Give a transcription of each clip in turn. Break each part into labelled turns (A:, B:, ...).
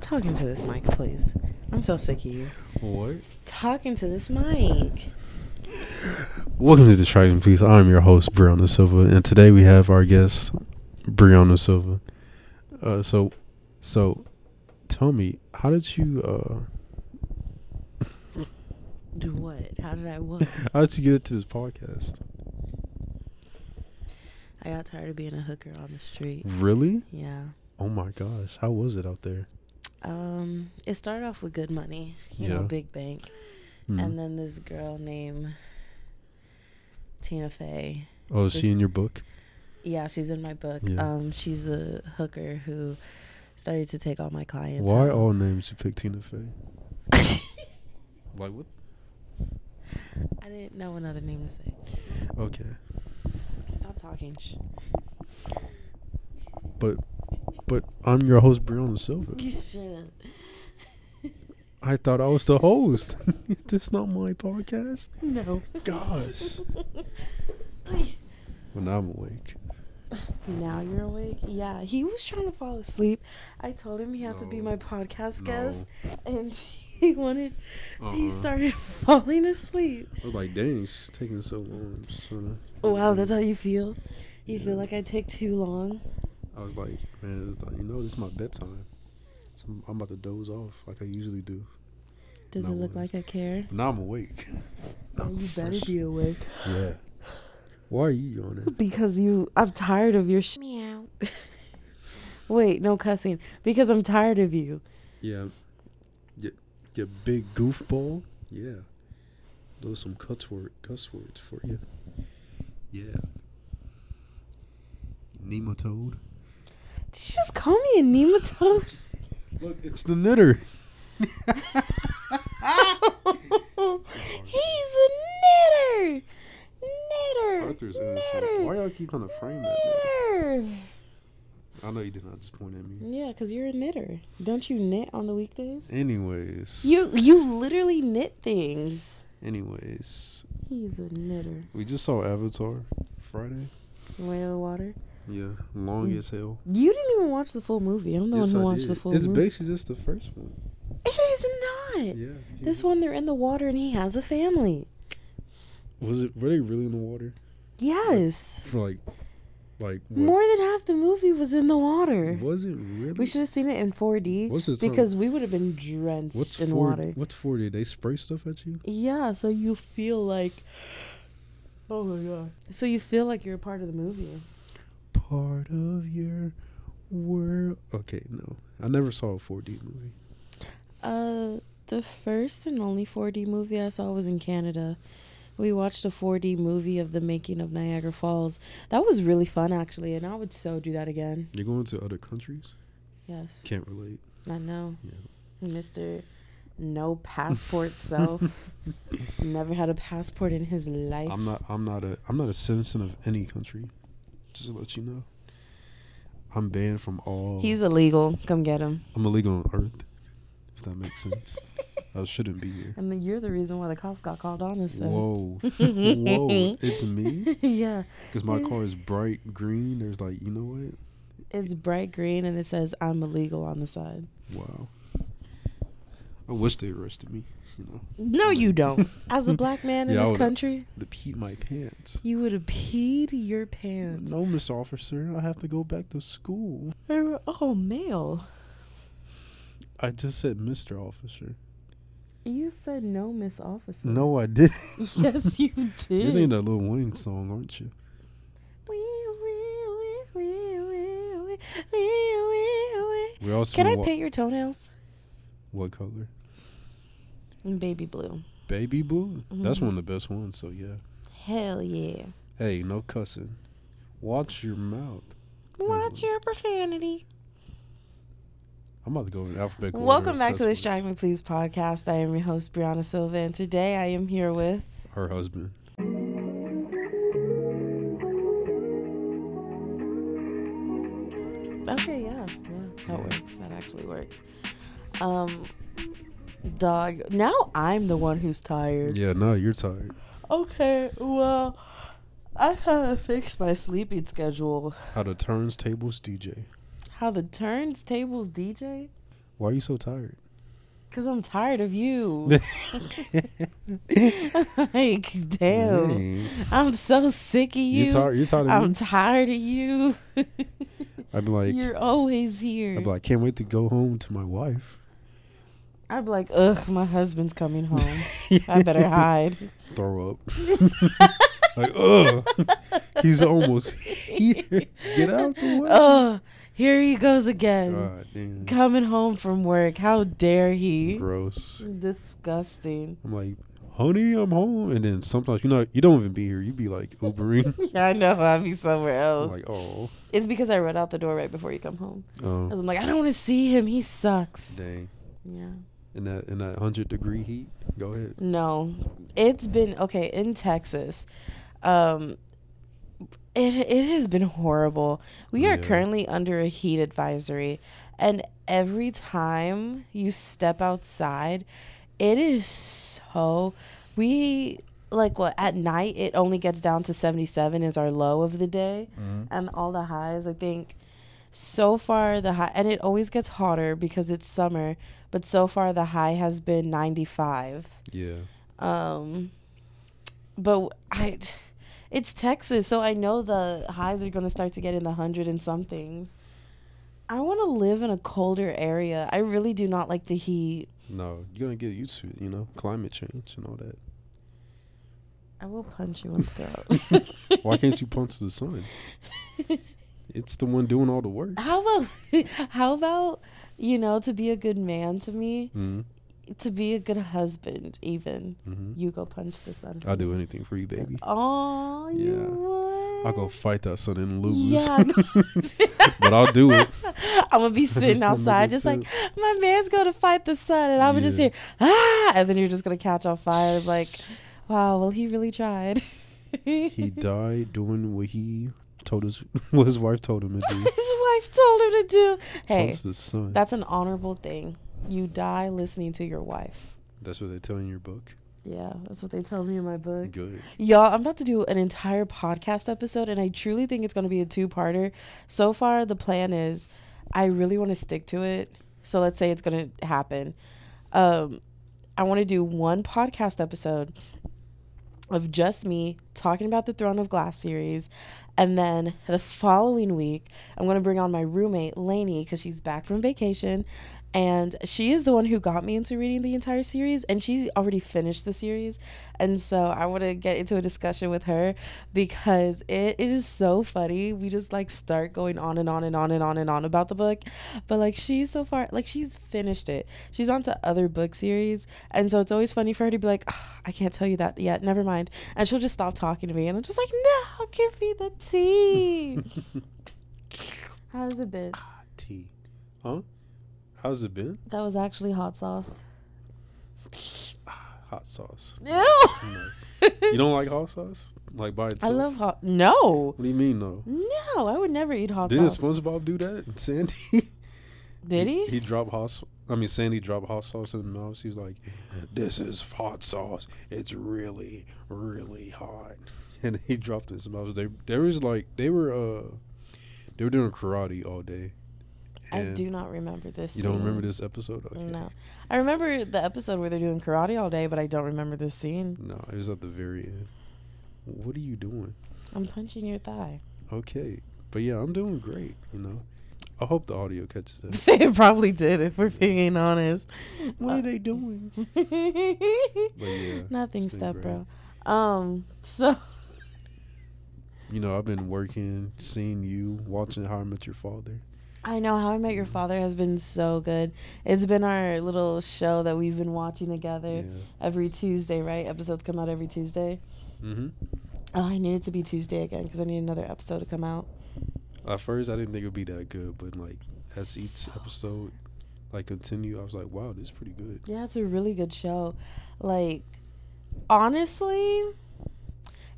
A: talking to this mic, please. I'm so sick of you.
B: What?
A: Talking to this mic.
B: Welcome to Detroit in Peace. I'm your host, Brianna Silva, and today we have our guest, Brianna Silva. Uh, so, so, tell me, how did you, uh,
A: Do what? How did I what?
B: uh, how did you get into this podcast?
A: I got tired of being a hooker on the street.
B: Really?
A: Yeah.
B: Oh my gosh, how was it out there?
A: Um, it started off with good money, you know,
B: Yeah.
A: big bank.
B: Hmm.
A: And then this girl named Tina Fey.
B: oh, is she
A: this-
B: in your book?
A: Yeah, she's in my book.
B: Yeah.
A: Um, she's a hooker who started to take all my clients.
B: Why all names you picked Tina Fey? like what?
A: I didn't know another name to say.
B: Okay,
A: Stop talking. Shh.
B: but, but I'm your host, Brianna Silva.
A: You shouldn't.
B: I thought I was the host. is this not my podcast?
A: No.
B: Gosh. Well, now I'm awake.
A: now you're awake? Yeah, he was trying to fall asleep. I told him he had to be
B: No.
A: my podcast
B: No.
A: guest, and he wanted. He
B: Uh-uh.
A: started falling asleep.
B: I was like, dang, she's taking so long. I'm just tryna-
A: Wow, that's how you feel. You feel
B: Yeah.
A: like I take too long.
B: I was like, man, it's like, you know, this is my bedtime. So I'm, I'm about to doze off like I usually do.
A: Does
B: No
A: it look
B: worries. Oh,
A: like I care?
B: But now I'm awake.
A: Well,
B: I'm
A: you better
B: fresh.
A: be awake
B: Yeah. Why are you yawning?
A: because you. I'm tired of your sh- meow. Wait, no cussing. Because I'm tired of you.
B: Yeah. Your, your big goofball? Yeah. Those some cuss, word, cuss words for you. Yeah. Nematode?
A: Did you just call me a nematode?
B: Look, it's the knitter.
A: He's a knitter. Knitter.
B: Arthur's innocent.
A: knitter.
B: Why y'all keep trying to frame that? man?
A: Knitter.
B: I know you did not just point at me.
A: Yeah, because you're a knitter. Don't you knit on the weekdays?
B: Anyways.
A: You you literally knit things.
B: Anyways,
A: He's a knitter.
B: we just saw Avatar Friday.
A: Way of the water.
B: Yeah, long
A: Mm.
B: as hell.
A: You didn't even watch the full movie. I'm the
B: Yes,
A: one
B: I
A: who watched the
B: did.
A: full
B: It's
A: movie.
B: basically just the first one.
A: It is not.
B: Yeah. he-
A: This one, they're in the water and he has a family.
B: was it. Were they really in the water
A: Yes.
B: for like, like what-
A: More than half the movie was in the water.
B: Was it really?
A: We should have seen it in 4D
B: What's the term?
A: because we would have been drenched
B: What's
A: in
B: 40,
A: water.
B: What's forty? They spray stuff at you.
A: Yeah, so you feel like. Oh my god. So you feel like you're a part of the movie.
B: Part of your world. Okay, no, I never saw a four D movie.
A: Uh, the first and only 4D movie I saw was in Canada. We watched a 4D movie of the making of Niagara Falls. That was really fun, actually, and I would so do that again.
B: You're going to other countries.
A: Yes,
B: Can't relate.
A: I know,
B: Yeah.
A: Mister No Passport self. Never had a passport in his life.
B: I'm not. I'm not a. I'm not a citizen of any country. Just to let you know, I'm banned from all.
A: He's illegal. Come get him.
B: I'm illegal on Earth. If that makes sense, I shouldn't be here.
A: And then you're the reason why the cops got called on us. Then.
B: Whoa, whoa! It's me
A: yeah,
B: because my car is bright green. There's like, you know what?
A: it's bright green and it says I'm illegal on the side.
B: Wow. I wish they arrested me. You know,
A: No, you don't. As a black man in
B: Yeah, I
A: this
B: would've-
A: country,
B: to peed my pants.
A: you would have peed your pants.
B: No, Miss Officer, I have to go back to school.
A: They were all male.
B: I just said, Mister Officer.
A: You said no, Miss Officer.
B: No, I did.
A: Yes, you
B: You're thinking
A: did.
B: that Lil Wayne song, aren't you?
A: Wee, wee, wee, wee, wee, wee, wee, wee, wee.
B: We also
A: Can I
B: wa-
A: paint your toenails?
B: What color?
A: In baby blue.
B: Baby blue. That's
A: Mhm.
B: one of the best ones. So yeah.
A: Hell yeah.
B: Hey, no cussing. Watch your mouth.
A: Watch your profanity.
B: I'm about to go in alphabetical. order
A: Welcome
B: of
A: back
B: cuss
A: to the
B: words.
A: Strike Me Please podcast. I am your host, Brianna Silva, and today I am here with.
B: Her husband.
A: Okay, yeah, yeah, that works. That actually works. Um, dog, now I'm the one who's tired.
B: Yeah, no, you're tired.
A: Okay, well, I kind of fixed my sleeping schedule.
B: How the turntables DJ.
A: How the turntables DJ?
B: Why are you so tired?
A: Cause I'm tired of you. like, damn.
B: Dang.
A: I'm so sick of you.
B: You tired? You tired of
A: I'm
B: me?
A: tired of you.
B: I'd be like,
A: You're always here.
B: I'd be like, can't wait to go home to my wife.
A: I'd be like, ugh, my husband's coming home. Oh, I better hide.
B: Throw up. like, ugh, he's almost here. Get out the way.
A: Ugh, here he goes again.
B: God damn.
A: Coming home from work. How dare he?
B: Gross.
A: Disgusting.
B: I'm like, honey, I'm home. And then sometimes you know you don't even be here. You be like Ubering.
A: Yeah, I know. I'll be somewhere
B: I'm
A: else.
B: like, oh,
A: it's because I run out the door right before you come home. i
B: um,
A: I'm like, I don't want to see him. He sucks.
B: dang.
A: Yeah.
B: In that in that hundred degree heat. Go ahead.
A: No, it's been okay in Texas. Um, it it has been horrible. We are
B: Yeah.
A: currently under a heat advisory, and every time you step outside, it is so. We like what at night it only gets down to seventy seven is our low of the day,
B: Mm-hmm.
A: and all the highs I think so far the high and it always gets hotter because it's summer but so far the high has been 95
B: Yeah.
A: um but i it's texas so i know the highs are going to start to get in the hundred and somethings i want to live in a colder area i really do not like the heat
B: No, you're gonna get used to it. You know, climate change and all that.
A: i will punch you in the throat
B: Why can't you punch the sun? It's the one doing all the work.
A: how about how about you know to be a good man to me
B: Mm-hmm.
A: to be a good husband even
B: Mm-hmm. Uh,
A: you go punch the sun
B: I'll do anything for you, baby.
A: oh you
B: Yeah.
A: would
B: I'll go fight that sun and lose.
A: Yeah,
B: but I'll do it.
A: I'm gonna be sitting
B: I'ma
A: outside,
B: do
A: just
B: too.
A: like my man's gonna fight the sun, and I'm gonna just
B: Yeah.
A: hear ah, and then you're just gonna catch on fire, like, wow, well he really tried.
B: He died doing what he told his what his wife told him to
A: His
B: do.
A: wife told him to do. Hey,
B: Punch the sun.
A: that's an honorable thing. You die listening to your wife.
B: That's what they tell in your book.
A: Yeah, that's what they tell me in my book.
B: Good.
A: Y'all, I'm about to do an entire podcast episode, and I truly think it's going to be a two parter. So far, the plan is I really want to stick to it. So let's say it's going to happen. Um, I want to do one podcast episode of just me talking about the Throne of Glass series. And then the following week, I'm going to bring on my roommate, Lainey, because she's back from vacation. And she is the one who got me into reading the entire series, and she's already finished the series. And so I want to get into a discussion with her because it, it is so funny. We just like start going on and on and on and on and on about the book. But like she's so far, like she's finished it. She's on to other book series. And so it's always funny for her to be like, "Ah, I can't tell you that yet. Never mind. And she'll just stop talking to me. And I'm just like, no, give me the tea. How's it been?
B: Tea. Huh? How's it been?
A: That was actually hot sauce.
B: Hot sauce.
A: Ew.
B: You don't like hot sauce? Like by
A: I
B: itself?
A: love hot. No.
B: What do you mean though?
A: No, I would never eat hot
B: Didn't
A: sauce.
B: SpongeBob do that? Sandy?
A: Did he?
B: He dropped hot. s- I mean, Sandy dropped hot sauce in the mouth. She was like, "This is hot sauce. It's really, really hot." And he dropped it in his mouth. They there was like they were uh they were doing karate all day.
A: I
B: And
A: do not remember this.
B: You don't
A: scene.
B: remember this episode? Okay.
A: No, I remember the episode where they're doing karate all day, but I don't remember this scene.
B: No, it was at the very end. What are you doing?
A: I'm punching your thigh.
B: Okay, but yeah, I'm doing great. You know, I hope the audio catches that.
A: it probably did, if we're being honest.
B: what are they doing? yeah,
A: Nothing,
B: it's been
A: step
B: great.
A: bro. Um, so
B: You know, I've been working, seeing you, watching How I Met Your Father.
A: I know How I Met Your Father has been so good. It's been our little show that we've been watching together
B: Yeah.
A: every Tuesday, right? Episodes come out every Tuesday.
B: Mm-hmm.
A: Oh, I need it to be Tuesday again because I need another episode to come out.
B: At first, I didn't think it would be that good, but like as each
A: So-
B: episode like continue, I was like, wow, this is pretty good.
A: Yeah, it's a really good show. Like, honestly,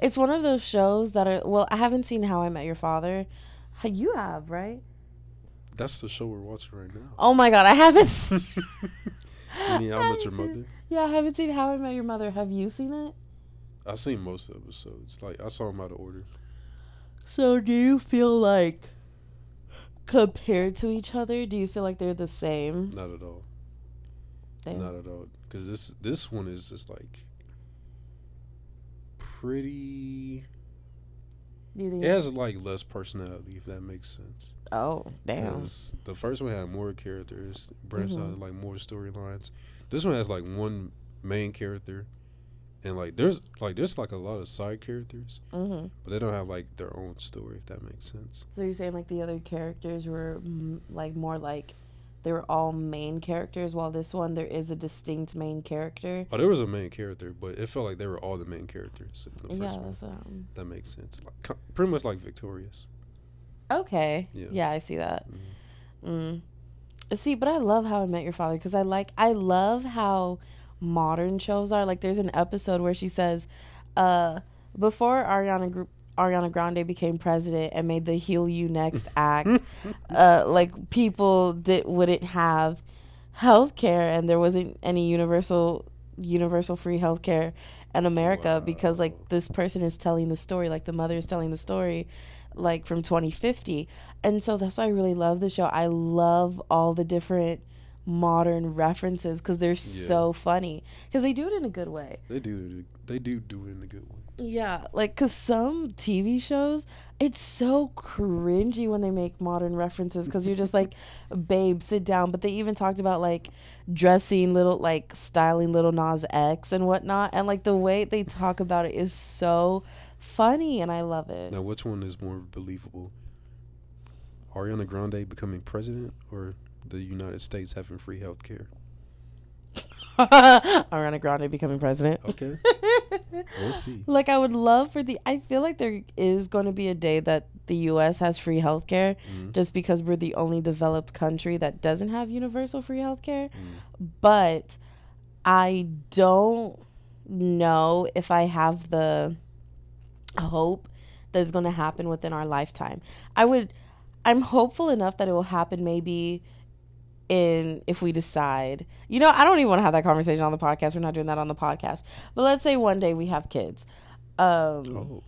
A: it's one of those shows that are. Well, I haven't seen How I Met Your Father. Huh, You have, right?
B: That's the show we're watching right now.
A: Oh my God, I haven't. Seen,
B: I mean, How Much Your Mother.
A: yeah, I haven't seen How I Met Your Mother. Have you seen it?
B: I've seen most of the episodes. Like I saw them out of order.
A: So, do you feel like compared to each other? Do you feel like they're the same?
B: Not at all.
A: Damn.
B: Not at all. Because this this one is just like pretty.
A: Do you think?
B: It has like less personality, if that makes sense.
A: Oh, damn.
B: 'Cause The first one had more characters, branched
A: Mhm.
B: out like more storylines. This one has like one main character, and like there's like there's like a lot of side characters,
A: hmm
B: but they don't have like their own story, if that makes sense.
A: So you're saying like the other characters were mm, like more like they were all main characters, while this one there is a distinct main character.
B: Oh, there was a main character, but it felt like they were all the main characters. In the first
A: yeah,
B: one.
A: that's what I'm.
B: that makes sense. Like co- pretty much like Victorious.
A: Okay.
B: Yeah. Mm-hmm.
A: Yeah. I see that. Mm. See, but I love How I Met Your Father because I like I love how modern shows are. Like, there's an episode where she says, uh, "Before Ariana Gr- Ariana Grande became president and made the "Heal You Next" act, uh, like people did wouldn't have health care and there wasn't any universal universal free health care in America because
B: Wow.
A: like this person is telling the story, like the mother is telling the story like from 2050. And so that's why I really love the show. I love all the different modern references cuz they're so funny cuz they do it in a good way.
B: They do they do do it in a good way.
A: Yeah, like because some TV shows, it's so cringy when they make modern references because you're just like, babe, sit down. But they even talked about like dressing little, like styling little Nas X and whatnot. And like the way they talk about it is so funny and I love it.
B: Now, which one is more believable? Ariana Grande becoming president or the United States having free health care?
A: Ariana Grande becoming president.
B: Okay. We'll see.
A: Like I would love for the I feel like there is going to be a day that the US has free healthcare
B: Mhm.
A: just because we're the only developed country that doesn't have universal free healthcare. But I don't know if I have the hope that it's going to happen within our lifetime. I would I'm hopeful enough that it will happen maybe in if we decide. You know, I don't even want to have that conversation on the podcast. We're not doing that on the podcast. But let's say one day we have kids. Um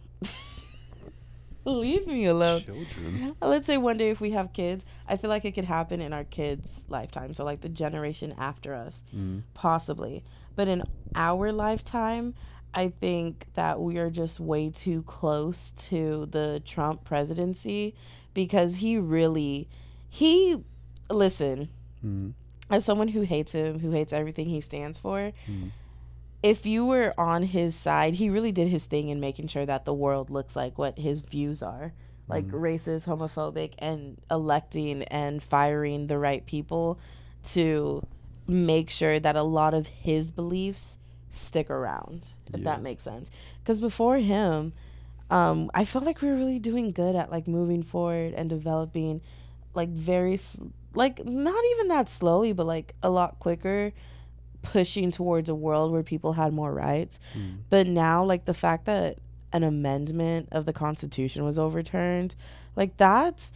B: Oh,
A: leave me alone.
B: children.
A: Let's say one day if we have kids, I feel like it could happen in our kids' lifetime. So like the generation after us,
B: Mm.
A: possibly. But in our lifetime, I think that we are just way too close to the Trump presidency because he really he listen,
B: Mm.
A: as someone who hates him, who hates everything he stands for,
B: Mm.
A: if you were on his side, he really did his thing in making sure that the world looks like what his views are like racist, homophobic, and electing and firing the right people to make sure that a lot of his beliefs stick around, if
B: Yeah.
A: that makes sense. Because before him, um, I felt like we were really doing good at like moving forward and developing like very s- like not even that slowly but like a lot quicker pushing towards a world where people had more rights
B: Mm.
A: but now like the fact that an amendment of the constitution was overturned like that's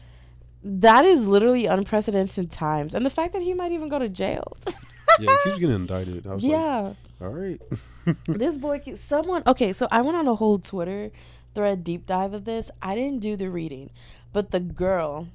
A: that is literally unprecedented times and the fact that he might even go to jail
B: Yeah, he keeps getting indicted. I was
A: yeah
B: like, all right.
A: this boy keeps someone okay so i went on a whole twitter thread deep dive of this i didn't do the reading but the girl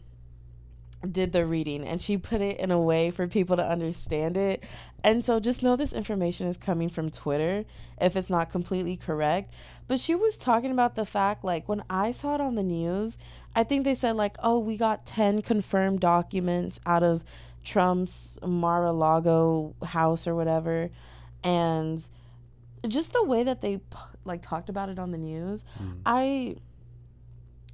A: did the reading and she put it in a way for people to understand it and so just know this information is coming from twitter if it's not completely correct but she was talking about the fact like when i saw it on the news i think they said like oh we got 10 confirmed documents out of trump's mar-a-lago house or whatever and just the way that they p- like talked about it on the news
B: Mm.
A: i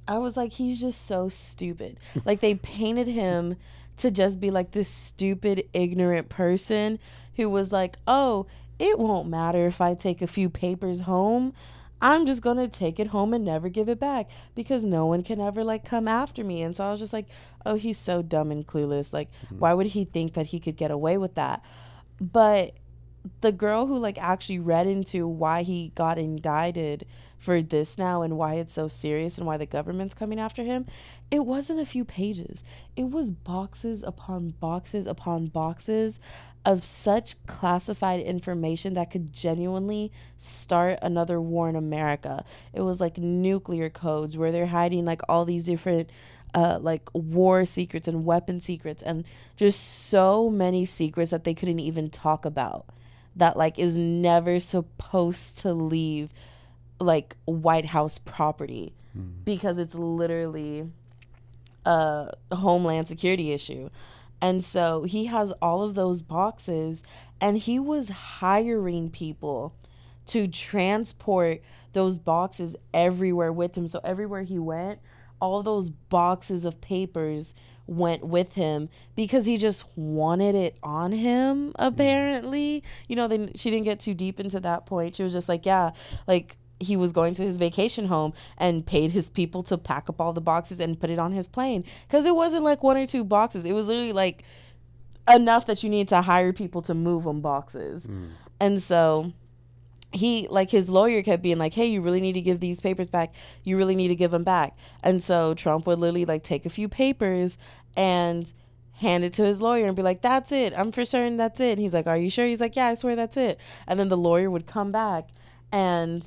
A: i was like he's just so stupid like they painted him to just be like this stupid ignorant person who was like oh it won't matter if i take a few papers home i'm just going to take it home and never give it back because no one can ever like come after me and so i was just like oh he's so dumb and clueless like why would he think that he could get away with that but the girl who like actually read into why he got indicted for this now and why it's so serious and why the government's coming after him it wasn't a few pages it was boxes upon boxes upon boxes of such classified information that could genuinely start another war in america it was like nuclear codes where they're hiding like all these different uh, like war secrets and weapon secrets and just so many secrets that they couldn't even talk about that like is never supposed to leave like White House property because it's literally a homeland security issue. And so he has all of those boxes and he was hiring people to transport those boxes everywhere with him. So everywhere he went, all those boxes of papers went with him because he just wanted it on him apparently. You know, then she didn't get too deep into that point. She was just like, yeah, like he was going to his vacation home and paid his people to pack up all the boxes and put it on his plane cuz it wasn't like one or two boxes. It was literally like enough that you need to hire people to move them boxes. And so he like his lawyer kept being like, "Hey, you really need to give these papers back. You really need to give them back." And so Trump would literally like take a few papers and hand it to his lawyer and be like, "That's it. I'm for certain that's it." And he's like, "Are you sure?" He's like, "Yeah, I swear that's it." And then the lawyer would come back and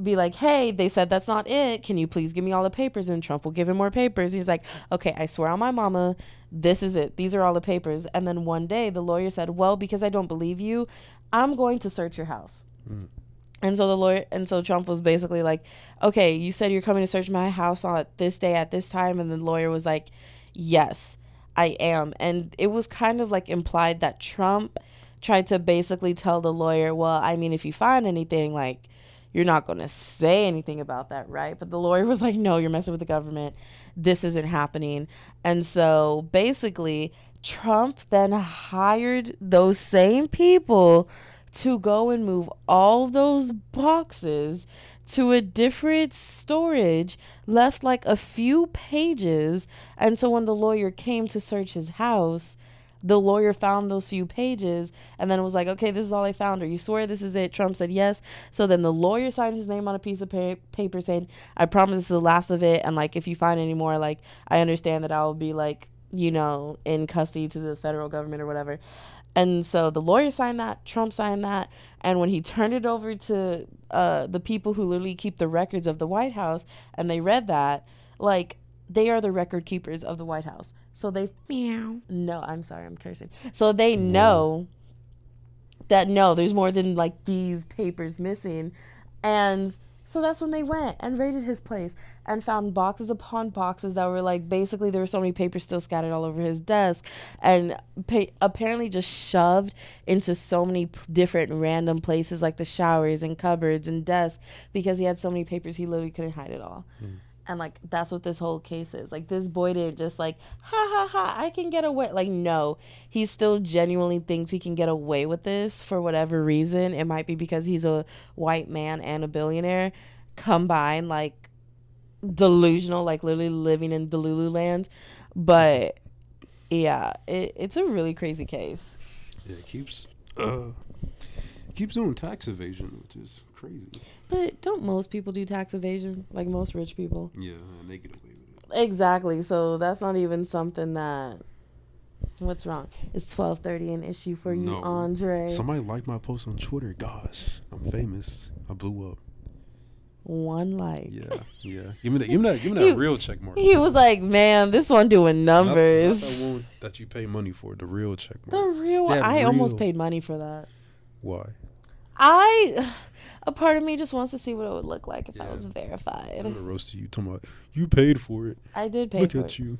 A: be like, "Hey, they said that's not it. Can you please give me all the papers?" And Trump will give him more papers. He's like, "Okay, I swear on my mama, this is it. These are all the papers." And then one day the lawyer said, "Well, because I don't believe you, I'm going to search your house." And so the lawyer, and so Trump was basically like, okay, you said you're coming to search my house on this day at this time. And the lawyer was like, yes, I am. And it was kind of like implied that Trump tried to basically tell the lawyer, well, I mean, if you find anything, like, you're not going to say anything about that, right? But the lawyer was like, no, you're messing with the government. This isn't happening. And so basically, Trump then hired those same people to go and move all those boxes to a different storage, left like a few pages. And so when the lawyer came to search his house, the lawyer found those few pages and then was like, okay, this is all I found. Are you swear this is it? Trump said yes. So then the lawyer signed his name on a piece of pa- paper saying, I promise this is the last of it. And like, if you find any more, like, I understand that I will be like, you know, in custody to the federal government or whatever. And so the lawyer signed that, Trump signed that, and when he turned it over to uh, the people who literally keep the records of the White House, and they read that, like they are the record keepers of the White House. So they meow. No, I'm sorry, I'm cursing. So they know that no, there's more than like these papers missing, and so that's when they went and raided his place and found boxes upon boxes that were like basically there were so many papers still scattered all over his desk and pa- apparently just shoved into so many p- different random places like the showers and cupboards and desks because he had so many papers he literally couldn't hide it all. And like that's what this whole case is. Like this boy didn't just like ha ha ha I can get away. Like no, he still genuinely thinks he can get away with this for whatever reason. It might be because he's a white man and a billionaire combined like delusional like literally living in Delulu land. But yeah, it, it's a really crazy case.
B: Yeah, it keeps uh keeps doing tax evasion, which is crazy.
A: But don't most people do tax evasion like most rich people?
B: Yeah, and they get away with it.
A: Exactly. So that's not even something that. What's wrong? It's twelve thirty. An issue for you,
B: No.
A: Andre.
B: Somebody liked my post on Twitter. Gosh, I'm famous. I blew up.
A: One like.
B: Yeah, yeah. Give me that. Give me that. Give me that
A: He-
B: real check mark.
A: He was like, man, this one doing
B: Not- not
A: numbers.
B: that one that you pay money for. The real check
A: the
B: mark.
A: real one.
B: That
A: I almost
B: real-
A: paid money for that.
B: Why?
A: I, a part of me just wants to see what it would look like if I
B: Yeah.
A: was
B: I'm
A: verified.
B: gonna roast you. Talking about you paid for it.
A: I did pay
B: Look
A: for
B: at
A: it.
B: you.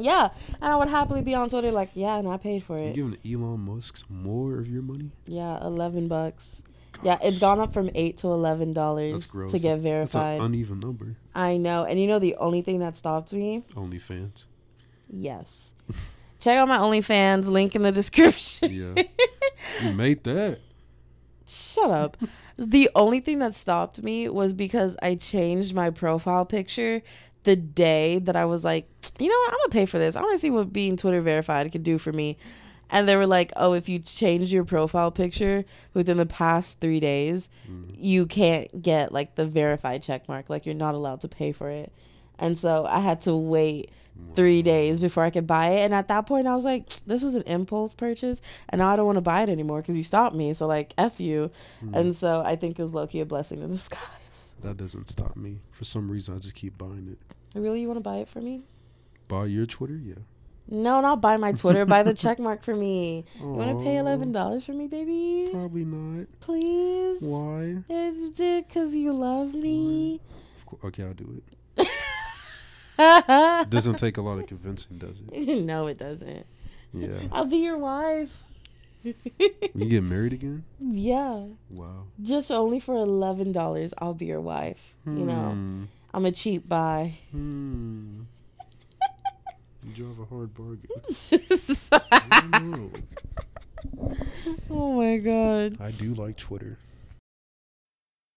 A: Yeah, and I would happily be on Twitter like, yeah, and I paid for
B: You
A: it.
B: giving Elon Musk more of your money?
A: Yeah, eleven bucks. Yeah, it's gone up from eight to eleven
B: That's
A: dollars
B: gross.
A: to get
B: That's an
A: verified.
B: uneven number.
A: I know, and you know the only thing that stops me?
B: OnlyFans.
A: Yes. Check out my OnlyFans link in the description.
B: Yeah. you made that.
A: Shut up. The only thing that stopped me was because I changed my profile picture the day that I was like, you know what, I'm gonna pay for this. I wanna see what being Twitter verified could do for me. And they were like, oh, if you change your profile picture within the past three days, you can't get like the verified check mark. Like you're not allowed to pay for it. And so I had to wait three days before I could buy it. And at that point, I was like, this was an impulse purchase. And now I don't want to buy it anymore because you stopped me. So, like, F you.
B: Hmm.
A: And so I think it was low key a blessing in disguise.
B: That doesn't stop me. For some reason, I just keep buying it.
A: Really, you want to buy it for me?
B: Buy your Twitter, yeah.
A: No, not buy my Twitter. buy the check mark for me. You want to pay
B: Aw,
A: eleven dollars for me, baby?
B: Probably not.
A: Please.
B: Why?
A: It's because you love me.
B: Of cour- Okay, I'll do it. Doesn't take a lot of convincing, does it?
A: no, it doesn't.
B: Yeah.
A: I'll be your wife.
B: You get married again?
A: yeah,
B: Wow.
A: just only for eleven dollars, I'll be your wife. You know,
B: Hmm.
A: I'm a cheap buy.
B: Hmm. You drive a hard bargain. don't
A: oh my god.
B: I do like Twitter.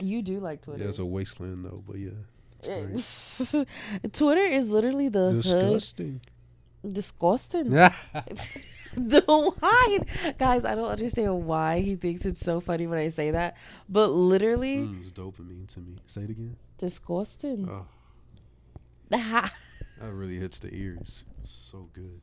A: You do like Twitter.
B: Yeah, it's a wasteland though, but yeah. It's
A: Twitter is literally the
B: great.
A: hood.
B: Disgusting.
A: Disgusting.
B: That's
A: the wine. Guys, I don't understand why he thinks it's so funny when I say that, but literally,
B: dopamine to me. Say it again.
A: disgusting.
B: Hmm. Oh,
A: Ha-
B: that really hits the ears. So good.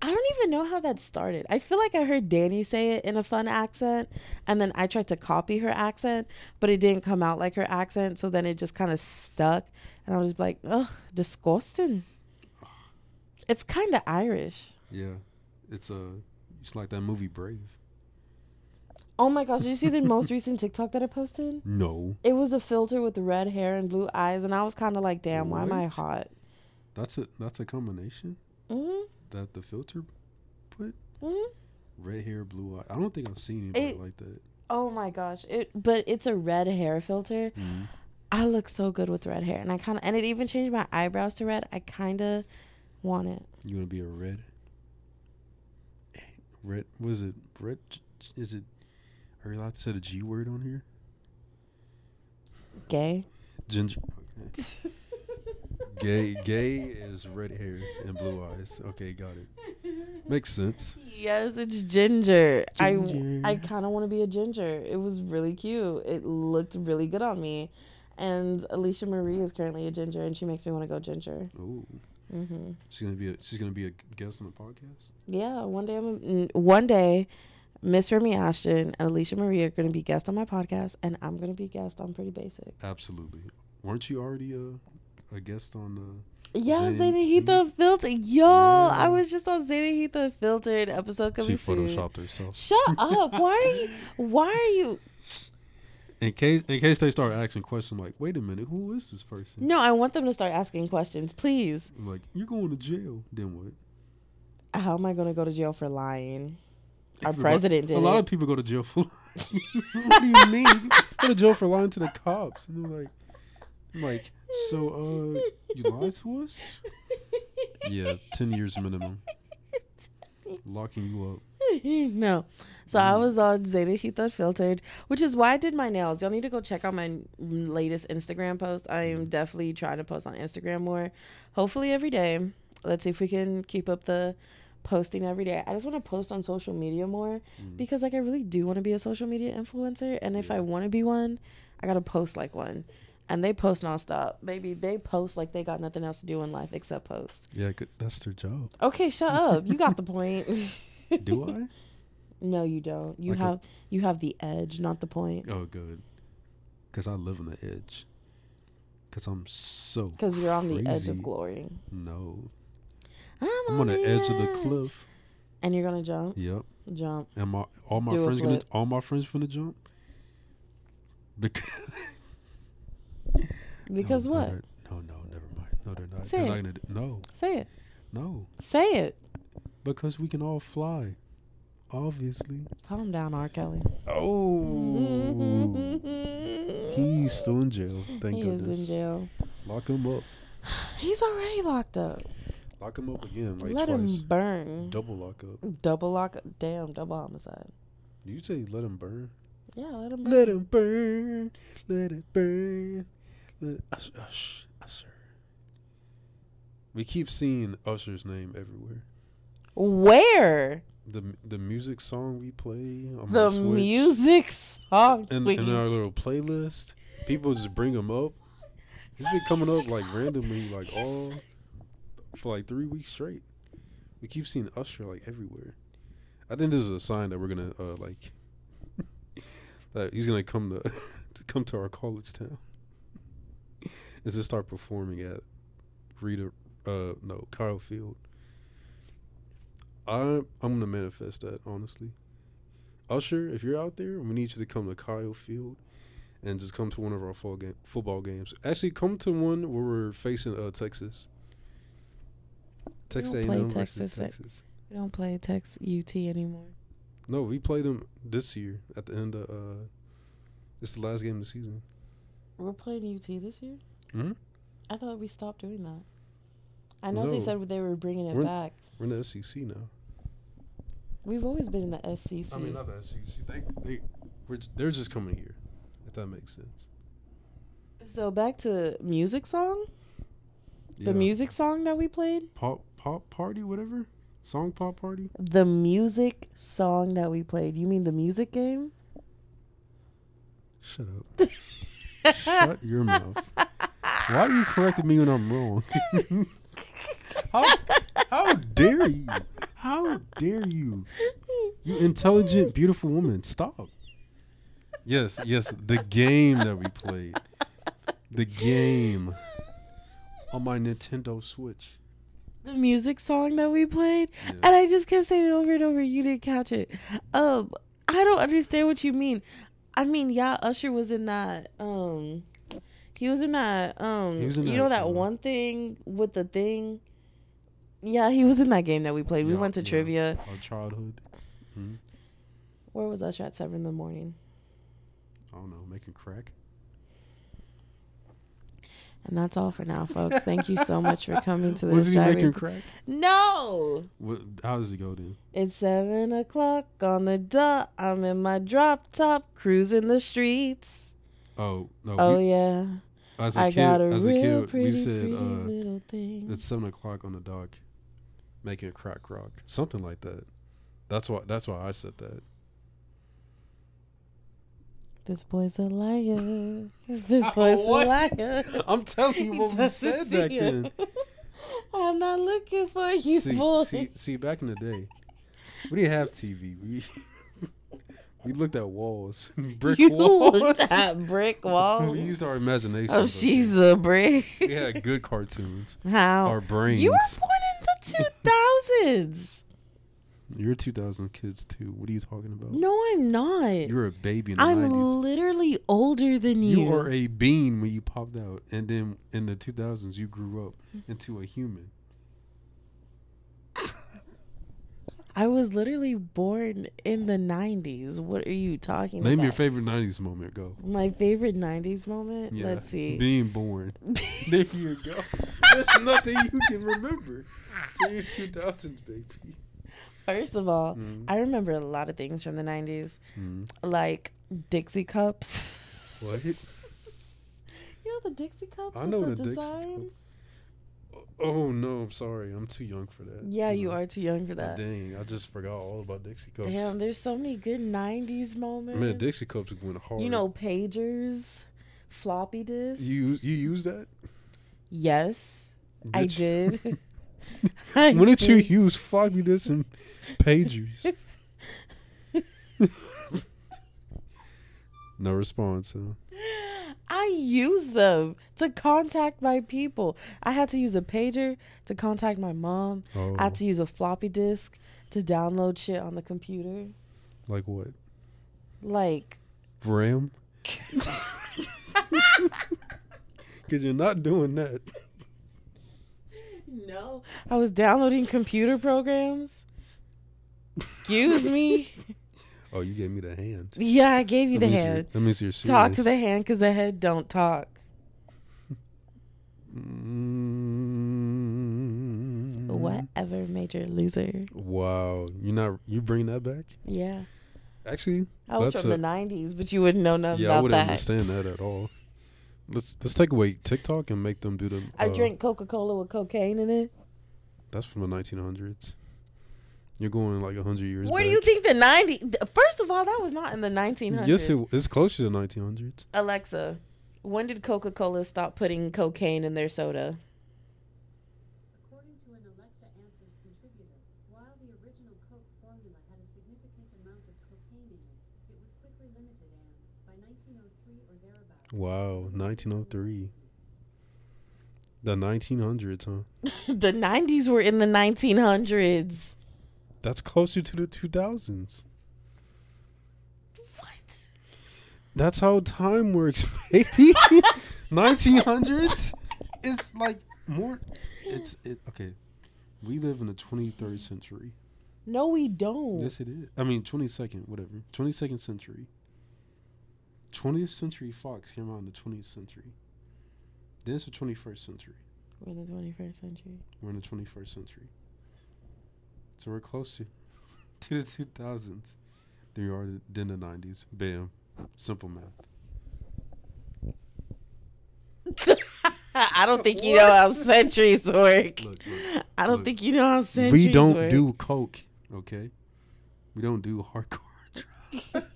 A: I don't even know how that started. I feel like I heard Danny say it in a fun accent, and then I tried to copy her accent, but it didn't come out like her accent. So then it just kind of stuck, and I was like, ugh, disgusting. It's kind of Irish.
B: Yeah. It's uh it's like that movie Brave.
A: Oh my gosh, did you see the most recent TikTok that I posted?
B: No.
A: It was a filter with red hair and blue eyes, and I was kind of like, damn, why am I
B: What?
A: hot?
B: That's a that's a combination
A: hmm
B: that the filter put
A: hmm
B: red hair, blue eye. I don't think I've seen anybody
A: It-
B: like that.
A: Oh my gosh! It but it's a red hair filter.
B: Mm-hmm.
A: I look so good with red hair, and I kind of and it even changed my eyebrows to red. I kind of want it.
B: You want to be a red? Red? Was it red? Is it? Are you allowed to say the G word on here?
A: Gay.
B: Ginger. Okay. gay. Gay is red hair and blue eyes. Okay, got it. Makes sense.
A: Yes, it's ginger.
B: Ginger.
A: I I kind of want to be a ginger. It was really cute. It looked really good on me. And Alicia Marie is currently a ginger, and she makes me want to go ginger.
B: Ooh. She's gonna be a she's gonna be a guest on the podcast.
A: Yeah, one day I'm n- one day Miss Remy Ashton and Alicia Marie are going to be guests on my podcast, and I'm going to be guest on Pretty Basic.
B: Absolutely. Weren't you already a a guest on uh, the?
A: Yeah,
B: Zane-
A: Zayna Heath the Filter. Yo, I was just on Zayna Heath the Filtered episode
B: She
A: coming soon.
B: photoshopped herself.
A: Shut up. Why are you why are you
B: In case in case they start asking questions like, wait a minute, who is this person?
A: No, I want them to start asking questions, please.
B: I'm like, you're going to jail. Then what?
A: How am I gonna go to jail for lying? Our
B: Everybo-
A: president did
B: A lot
A: it.
B: of people go to jail for. what do you mean? go to jail for lying to the cops, and they're like, I'm like, so uh, you lied to us? Yeah, ten years minimum. Locking you up.
A: no. So I was on Zeta Heath Unfiltered, which is why I did my nails. Y'all need to go check out my n- latest Instagram post. I am definitely trying to post on Instagram more, hopefully every day. Let's see if we can keep up the posting every day. I just want to post on social media more because, like, I really do want to be a social media influencer. And if I want to be one, I got to post like one. And they post nonstop. Maybe they post like they got nothing else to do in life except post.
B: Yeah, good. that's their job.
A: Okay, shut up. You got the point.
B: Do I?
A: No, you don't. You
B: Like a-
A: have you have the edge, not the point,
B: Oh, good. Cause I live on the edge. Cause I'm so.
A: because you're on the edge
B: crazy.
A: of glory.
B: No,
A: I'm,
B: I'm on the edge of the cliff.
A: and you're gonna jump,
B: Yep.
A: jump.
B: And my all my
A: Do a
B: friends gonna
A: flip.
B: all my friends finna jump. Because
A: Because
B: no,
A: what?
B: they're- No, no, never mind. No, they're not.
A: Say
B: they're
A: it.
B: not gonna do, no,
A: Say it.
B: no.
A: Say it.
B: Because we can all fly. Obviously.
A: Calm down, R. Kelly.
B: Oh. He's still in jail. Thank
A: he
B: goodness.
A: is in jail.
B: Lock him up.
A: He's already locked up.
B: Lock him up again, like
A: Let
B: twice.
A: him burn.
B: Double lock up.
A: Double lock. Damn, double homicide.
B: Did you say let him burn?
A: Yeah, let him burn.
B: Let him burn. uh, Let it burn. Let it, ush, ush, usher. We keep seeing Usher's name everywhere.
A: Where
B: The the music song we play on my
A: the
B: Switch,
A: music song?
B: in,
A: we-
B: in our little playlist, people just bring him up. He's been coming up like randomly, like all for like three weeks straight. We keep seeing Usher like everywhere. I think this is a sign that we're gonna uh, like that he's gonna come to, to come to our college town and just start performing at Rita uh no Kyle Field. I I'm gonna manifest that honestly. Usher, if you're out there, we need you to come to Kyle Field and just come to one of our full game, football games. Actually, come to one where we're facing uh, Texas. Texas
A: don't
B: A&M
A: play
B: versus
A: Texas at-
B: Texas.
A: we don't play Tex UT anymore.
B: No, we played them this year at the end of. Uh, it's the last game of the season.
A: We're playing UT this year.
B: Mm-hmm.
A: I thought we stopped doing that. I know they
B: No.
A: said they were bringing it
B: We're-
A: back.
B: We're in the SEC now.
A: We've always been in the SCC.
B: the SEC. They, they, we're just, they're just coming here, if that makes sense.
A: so back to music song,
B: Yeah.
A: the music song that we played,
B: Pop, pop party, whatever. Song pop party.
A: the music song that we played. You mean the music game?
B: Shut up. Shut your mouth. Why are you correcting me when I'm wrong? how, how dare you? How dare you? You intelligent, beautiful woman. Stop. Yes, yes, the game that we played. The game on my Nintendo Switch.
A: the music song that we played
B: Yeah.
A: and i just kept saying it over and over you didn't catch it um i don't understand what you mean i mean yeah usher was in that um he was in that um
B: He was in
A: you
B: that,
A: know that
B: uh,
A: one thing with the thing yeah he was in that game that we played we
B: Yeah,
A: went to
B: yeah.
A: trivia
B: Our childhood. Mhm.
A: where was usher at seven in the morning
B: I don't know, making crack.
A: and that's all for now folks thank you so much for coming to
B: Was
A: this
B: he
A: Diary
B: making
A: Pl-
B: crack?
A: no
B: What, how does it go then?
A: It's seven o'clock on the dot. I'm in my drop top, cruising the streets.
B: Oh no!
A: Oh
B: we-
A: yeah,
B: As
A: Oh,
B: a
A: I
B: kid,
A: got a
B: as a
A: real
B: kid,
A: pretty,
B: we said
A: pretty
B: uh,
A: little thing.
B: it's seven o'clock on the dock, making a crack rock, something like that. That's why. That's why I said that.
A: This boy's a liar. This boy's a
B: What?
A: liar.
B: I'm telling you
A: He
B: what we
A: doesn't
B: said
A: see
B: back
A: you.
B: then.
A: I'm not looking for you, boy.
B: See, see, see, back in the day, we didn't have TV. We we looked at walls, brick
A: you
B: walls.
A: looked at brick walls.
B: we used our imagination.
A: oh, she's a brick.
B: We had good cartoons.
A: How?
B: Our brains.
A: Oh, You were born in the 2000s.
B: You're 2000 kids too. What are you talking about?
A: no, I'm not.
B: You're a baby in the
A: I'm
B: 90s.
A: literally older than you.
B: You were a bean when you popped out, and then in the 2000s you grew up into a human.
A: I was literally born in the 90s. What are you talking
B: Name
A: about?
B: your favorite 90s moment. Go.
A: My favorite 90s moment?
B: Yeah.
A: Let's see.
B: Being born. there you go. There's nothing you can remember. So you're 2000s baby.
A: First of all,
B: Mm.
A: I remember a lot of things from the 90s, like Dixie cups.
B: What?
A: You know the Dixie cups?
B: I
A: with
B: know
A: the,
B: the Dixie cup.
A: designs?
B: Oh no, I'm sorry. I'm too young for that.
A: Yeah, you are too young for that.
B: Dang, I just forgot all about Dixie Mm. cups.
A: Damn, there's so many good 90s moments.
B: Man, Dixie cups went hard.
A: You know, pagers, floppy disks.
B: you you use that?
A: yes, I
B: Did you-
A: did. I
B: When did you
A: did.
B: use floppy disks and pagers? no response. Huh?
A: I use them to contact my people. I had to use a pager to contact my mom.
B: Oh,
A: I had to use a floppy disk to download shit on the computer.
B: Like what?
A: Like,
B: RAM? Because you're not doing that.
A: no, I was downloading computer programs. Excuse me.
B: Oh, you gave me the hand.
A: Yeah, I gave you the
B: That means you're-
A: hand.
B: That means you're serious.
A: Talk to the hand because the head don't talk.
B: Mm.
A: Whatever, major loser.
B: Wow, you're not you bring that back?
A: Yeah.
B: Actually,
A: I was
B: that's
A: from
B: a-
A: the 90s, but you wouldn't know nothing
B: yeah,
A: about
B: I wouldn't
A: that.
B: understand that at all. Let's let's take away TikTok and make them do the.
A: I
B: uh,
A: drink Coca Cola with cocaine in it.
B: That's from the 1900s. You're going like 100 years.
A: Where do you
B: back.
A: think the 90? First of all, that was not in the 1900s.
B: Yes, it, it's closer to 1900s.
A: Alexa, when did Coca Cola stop putting cocaine in their soda?
C: According to an Alexa Answers contributor, while the original Coke formula had a significant amount of cocaine in it, it was quickly limited and, by 1903 or thereabouts,
B: Wow, 1903. The 1900s, huh?
A: the 90s were in the 1900s.
B: That's closer to the 2000s.
A: What?
B: That's how time works, baby. 1900s is like more. It's it okay. We live in the 23rd century.
A: No, we don't.
B: Yes, it is. I mean, 22nd, whatever. 22nd century. 20th century Fox came out in the 20th century. Then it's the 21st century.
A: We're in the 21st century.
B: We're in the 21st century. So we're closer to the 2000s than we are to- than the 90s. Bam. Simple math.
A: I don't think you know how centuries work.
B: Look, look.
A: I don't
B: Look.
A: think you know how centuries
B: We don't
A: work.
B: do coke, okay? We don't do hardcore. drugs.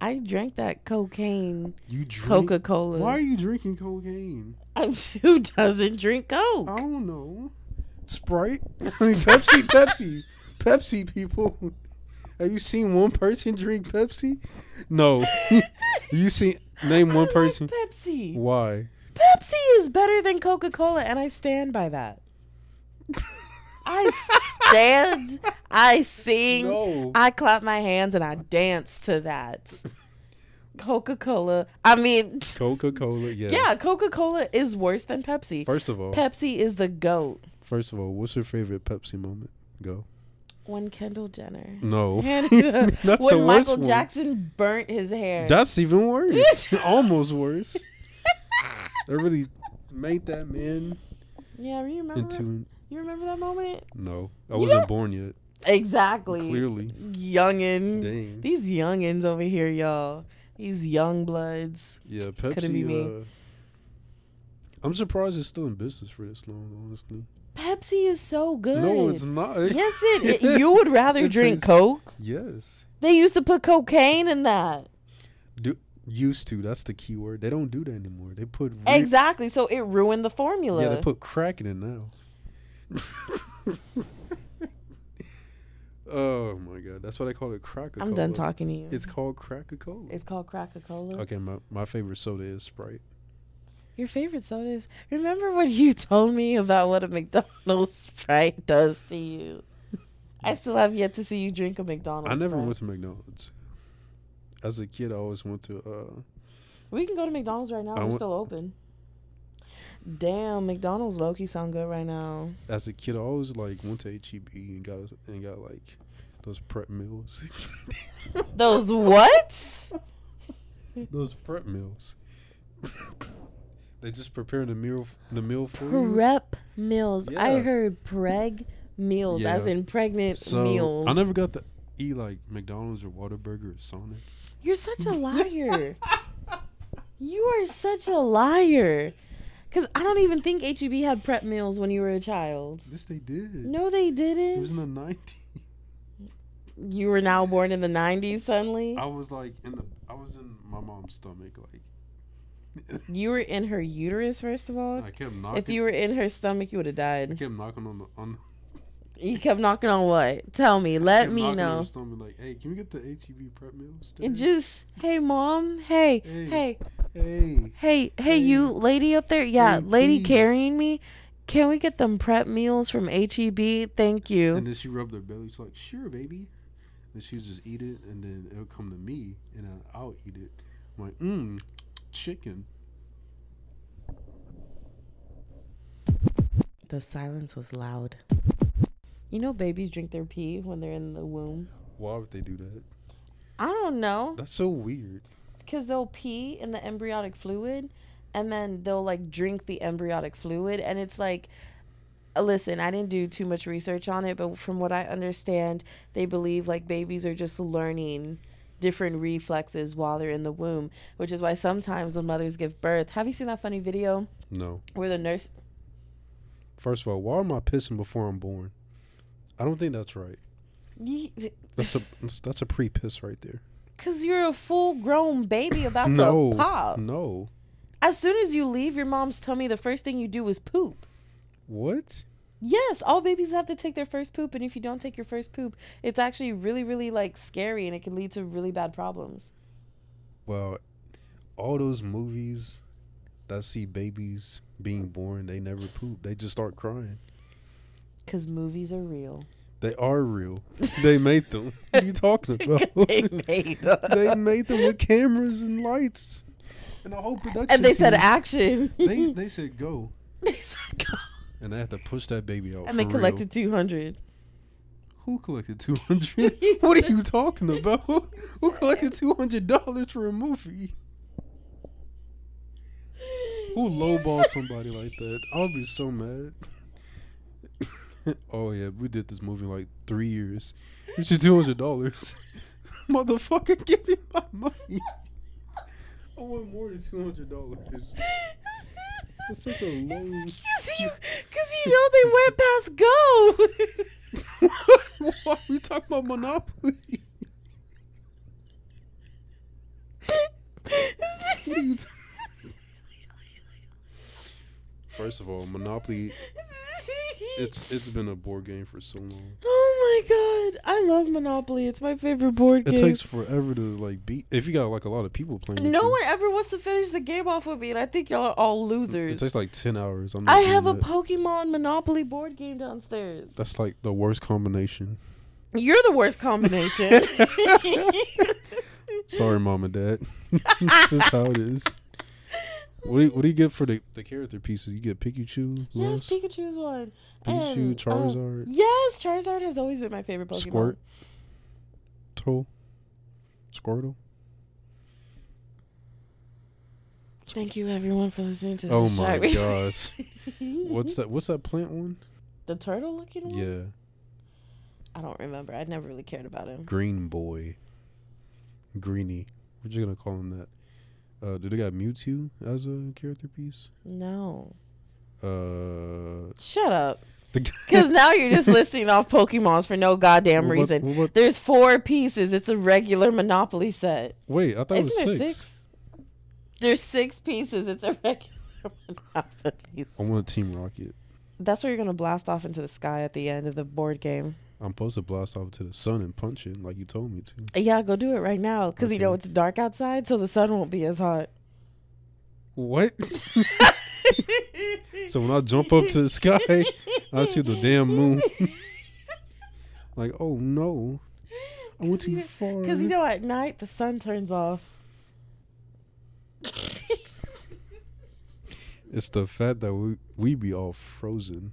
A: I drank that cocaine
B: you drink
A: Coca Cola.
B: Why are you drinking cocaine?
A: Who doesn't drink Coke?
B: I don't know. Sprite? I mean, Pepsi, Pepsi. Pepsi, people. Have you seen one person drink Pepsi? No. you seen, name
A: I
B: one
A: like
B: person.
A: Pepsi.
B: Why?
A: Pepsi is better than Coca Cola, and I stand by that. I stand, I sing,
B: No.
A: I clap my hands, and I dance to that. Coca Cola, I mean,
B: Coca Cola, yeah.
A: yeah, Coca Cola is worse than Pepsi.
B: First of all,
A: Pepsi is the goat.
B: first of all, what's your favorite Pepsi moment? Go.
A: When Kendall Jenner.
B: No.
A: Had,
B: Mm. That's the
A: when
B: worst
A: Michael
B: one.
A: Jackson burnt his hair.
B: That's even worse. Almost worse. I really made that man
A: yeah, you remember?
B: into
A: you remember that moment?
B: no. I
A: You
B: wasn't
A: don't-
B: born yet.
A: Exactly.
B: Clearly,
A: Youngin.
B: dang.
A: These youngins over here, y'all. These young bloods.
B: Yeah, Pepsi.
A: be me.
B: Uh, I'm surprised it's still in business for this long. Honestly,
A: Pepsi is so good.
B: uh, no, it's not.
A: Yes, it. it- you would rather
B: It
A: drink
B: is.
A: Coke?
B: Yes,
A: They used to put cocaine in that.
B: do used to. That's the key word. They don't do that anymore. They put re-
A: Exactly. So it ruined the formula.
B: Yeah, they put crack in it now. oh my god, that's why they call it crack.
A: I'm done talking to you.
B: It's called crack a cola.
A: It's called Coca Cola.
B: Okay, my, my favorite soda is Sprite.
A: Your favorite soda is. Remember what you told me about what a McDonald's Sprite does to you? I still have yet to see you drink a McDonald's.
B: I never
A: Oh, Sprite.
B: went to McDonald's. As a kid, I always went to. uh
A: We can go to McDonald's right now.
B: I
A: We're
B: wa-
A: still open. Damn, McDonald's low key sound good right now.
B: As a kid, I always like went to HEB and got and got like those prep meals.
A: Those what?
B: those prep meals. they just prepare the meal the meal for you.
A: Prep meals. I
B: Yeah.
A: heard preg meals, as
B: Yeah.
A: in pregnant
B: So
A: meals.
B: I never got to eat like McDonald's or Whataburger or Sonic.
A: You're such a liar. you are such a liar. Cause I don't even think HEB had prep meals when you were a child.
B: Yes, they did.
A: No, they
B: It was
A: didn't.
B: in the nineties.
A: you were now born in the '90s. Suddenly,
B: I was like in the I was in my mom's stomach like
A: you were in her uterus. First of all,
B: and I kept knocking.
A: if you were in her stomach, you would have died.
B: I kept knocking on the on.
A: You kept knocking on what? Tell me. Let
B: kept
A: me
B: knocking on her
A: know.
B: stomach like, hey, can we get the HEB prep meals?
A: And
B: today?"
A: just, hey, mom. Hey,
B: Hey.
A: hey,
B: hey.
A: hey, hey, you
B: Mm.
A: lady up there. Yeah,
B: Hey,
A: lady
B: please.
A: carrying me. Can we get them prep meals from HEB? Thank
B: And
A: you.
B: then she rubbed her belly. She's like, sure, baby. And she would just eat it, and then it'll come to me, and I, I'll eat it. I'm like, mmm, chicken.
A: The silence was loud. You know, babies drink their pee when they're in the womb.
B: Why would they do that?
A: I don't know.
B: That's so weird.
A: Because they'll pee in the embryonic fluid and then they'll like drink the embryonic fluid. And it's like, uh, listen, I didn't do too much research on it, but from what I understand, they believe like babies are just learning different reflexes while they're in the womb, which is why sometimes when mothers give birth, have you seen that funny video
B: No.
A: where the nurse
B: First of all, why am I pissing before I'm born? I don't think that's right. That's a that's- that's a pre piss right there.
A: Cause you're a full grown baby about
B: no,
A: to pop.
B: no.
A: As soon as you leave your mom's tummy, the first thing you do is poop.
B: What?
A: Yes, all babies have to take their first poop, and if you don't take your first poop, it's actually really, really like scary, and it can lead to really bad problems.
B: Well, all those movies that see babies being born, they never poop. They just start crying.
A: Cause movies are real.
B: They are real. they made them. What are you talking about?
A: they made them.
B: they made them with cameras and lights and a whole production.
A: and they said
B: team.
A: action.
B: they they said go,
A: They said go.
B: and they had to push that baby out.
A: And they
B: for real.
A: collected two hundred.
B: Who collected two hundred? what are you talking about? Who collected two hundred dollars for a movie? Who lowballed somebody like that? I'll be so mad. oh yeah, we did this movie in like three years. It's your two hundred dollars, motherfucker. Give me my money. I want more than two hundred dollars. That's such a low.
A: Cause you, cause you know they went past go.
B: Why are we talking about Monopoly? What are you t- First of all, Monopoly it's it's been a board game for so long.
A: Oh my god, I love Monopoly. It's my favorite board
B: It
A: game.
B: takes forever to like beat if you got like a lot of people playing. with
A: no
B: you.
A: one ever wants to finish the game off with me, and I think y'all are all
B: It
A: losers.
B: takes like ten hours. I'm not
A: I have a
B: doing that.
A: Pokemon Monopoly board game downstairs.
B: That's like the worst combination.
A: You're the worst combination.
B: Sorry, mom and dad. That's just how it is. What do you, what do you get for the, the character pieces? You get Pikachu,
A: yes,
B: Luz,
A: Pikachu's one.
B: Pikachu,
A: And, uh,
B: Charizard.
A: yes, Charizard has always been my favorite Pokemon.
B: Squirt. Toe. Squirtle.
A: Thank you everyone for listening to this.
B: Oh my
A: Sorry.
B: gosh. What's that? What's that plant one?
A: the turtle looking one?
B: Yeah,
A: I don't remember. I never really cared about him.
B: Green Boy. Greeny. What you gonna call him that? Uh, do they got Mewtwo as a character piece?
A: No.
B: Uh,
A: Shut up.
B: the g-
A: Because now you're just listing off Pokemons for no goddamn
B: What about-
A: reason.
B: what about-
A: There's four pieces. It's a regular Monopoly set.
B: wait, I thought
A: Isn't
B: it
A: there
B: was
A: six?
B: six.
A: There's six pieces. It's a regular Monopoly
B: I
A: set.
B: want Team Rocket.
A: That's where you're going to blast off into the sky at the end of the board game.
B: I'm supposed to blast off to the sun and punch it like you told me to.
A: Yeah, go do it right now because you know
B: Okay.
A: it's dark outside, so the sun won't be as hot.
B: What? so when I jump up to the sky, I see the damn moon. like, oh no. I went too far.
A: Because you know, at night, the sun turns off.
B: it's the fact that we we be all frozen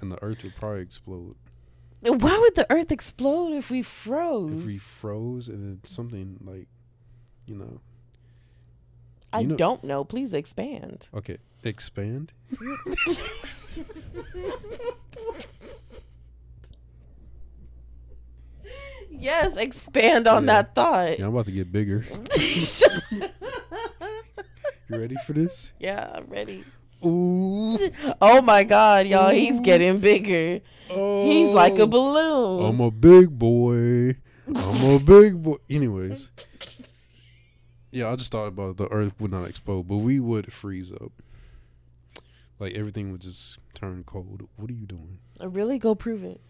B: and the earth would probably explode.
A: Why would the earth explode if we froze?
B: If we froze and then something like you know
A: I
B: you know-
A: don't know. Please expand.
B: okay, expand.
A: Yes, expand on
B: Yeah.
A: that thought.
B: Yeah, I'm about to get bigger. You ready for this?
A: yeah, I'm ready.
B: Ooh.
A: Oh my God, y'all, he's getting bigger. He's like a
B: Oh.
A: balloon.
B: I'm a big boy. I'm a big boy. Anyways, yeah, I just thought about it. the Earth would not explode, but we would freeze up. Like everything would just turn cold. What are you doing?
A: Uh, really? Go prove it.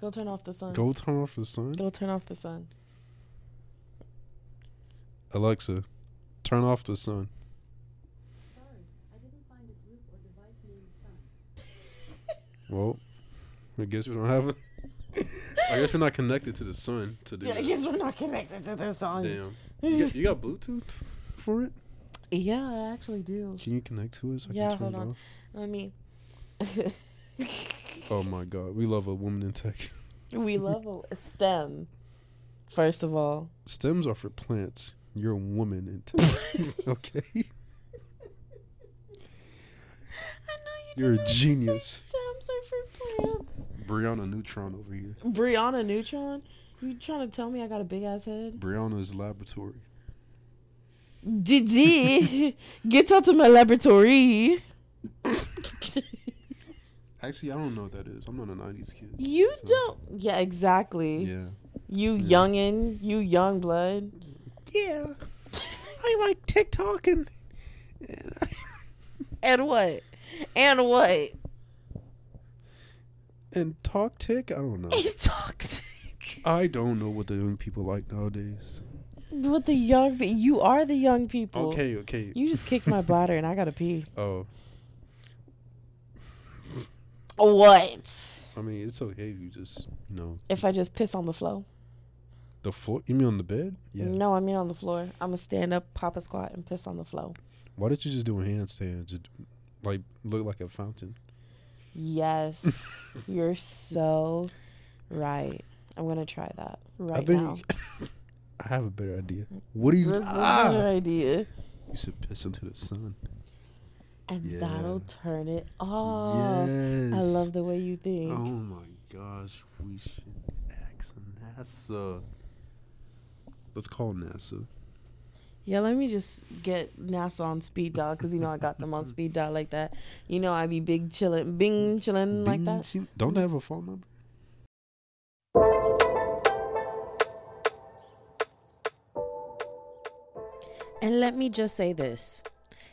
A: Go turn off the sun.
B: Go turn off the sun,
A: Go turn off the sun.
B: Alexa. Turn off the sun.
C: Sorry, I didn't find a group or device named Sun.
B: Well, I guess we don't have. A, I guess we're not connected to the sun to do
A: Yeah, I
B: that.
A: guess we're not connected to this song.
B: Damn. You got, you got Bluetooth for it?
A: Yeah, I actually do.
B: Can you connect to it? So I
A: Yeah,
B: can turn
A: hold
B: it
A: on.
B: off?
A: Let me.
B: Oh my God, we love a woman in tech.
A: we love a- a STEM, first of all.
B: stems are for plants. You're a woman in tech. okay.
A: I know
B: You're a genius.
A: Stems are for plants.
B: Brianna Neutron over here.
A: Brianna Neutron. You trying to tell me I got a big ass head?
B: Brianna's laboratory.
A: Didi, get out to my laboratory.
B: Actually, I don't know what that is. I'm not a '90s kid.
A: You
B: so-
A: don't. Yeah, exactly.
B: Yeah.
A: You
B: Yeah.
A: youngin, you young blood.
B: Yeah. I like TikTok and.
A: And what? And what?
B: and talk tick. I don't know.
A: And toxic.
B: I don't know what the young people like nowadays.
A: What the young? pe- You are the young people.
B: Okay, okay.
A: You just kicked my bladder and I gotta pee.
B: oh,
A: What?
B: I mean, it's okay. if You just you know
A: If I just piss on the floor?
B: the floor. You mean on the bed? Yeah.
A: No, I mean on the floor. I'm gonna stand up, pop a squat, and piss on the floor.
B: Why did you just do a handstand? Just like look like a fountain.
A: Yes, you're so right. I'm gonna try that right
B: I think
A: now.
B: I have a better idea. What do you?
A: That's
B: ah!
A: another idea,
B: You should piss into the sun.
A: and
B: Yeah.
A: that'll turn it off. Oh, I love the way you think.
B: Oh my gosh, we should ask NASA. Let's call NASA.
A: Yeah, let me just get NASA on speed dial because you know I got them on speed dial like that. You know I be big chillin', bing chillin' like
B: Bing,
A: that.
B: ching- Don't they have a phone number?
A: And let me just say this.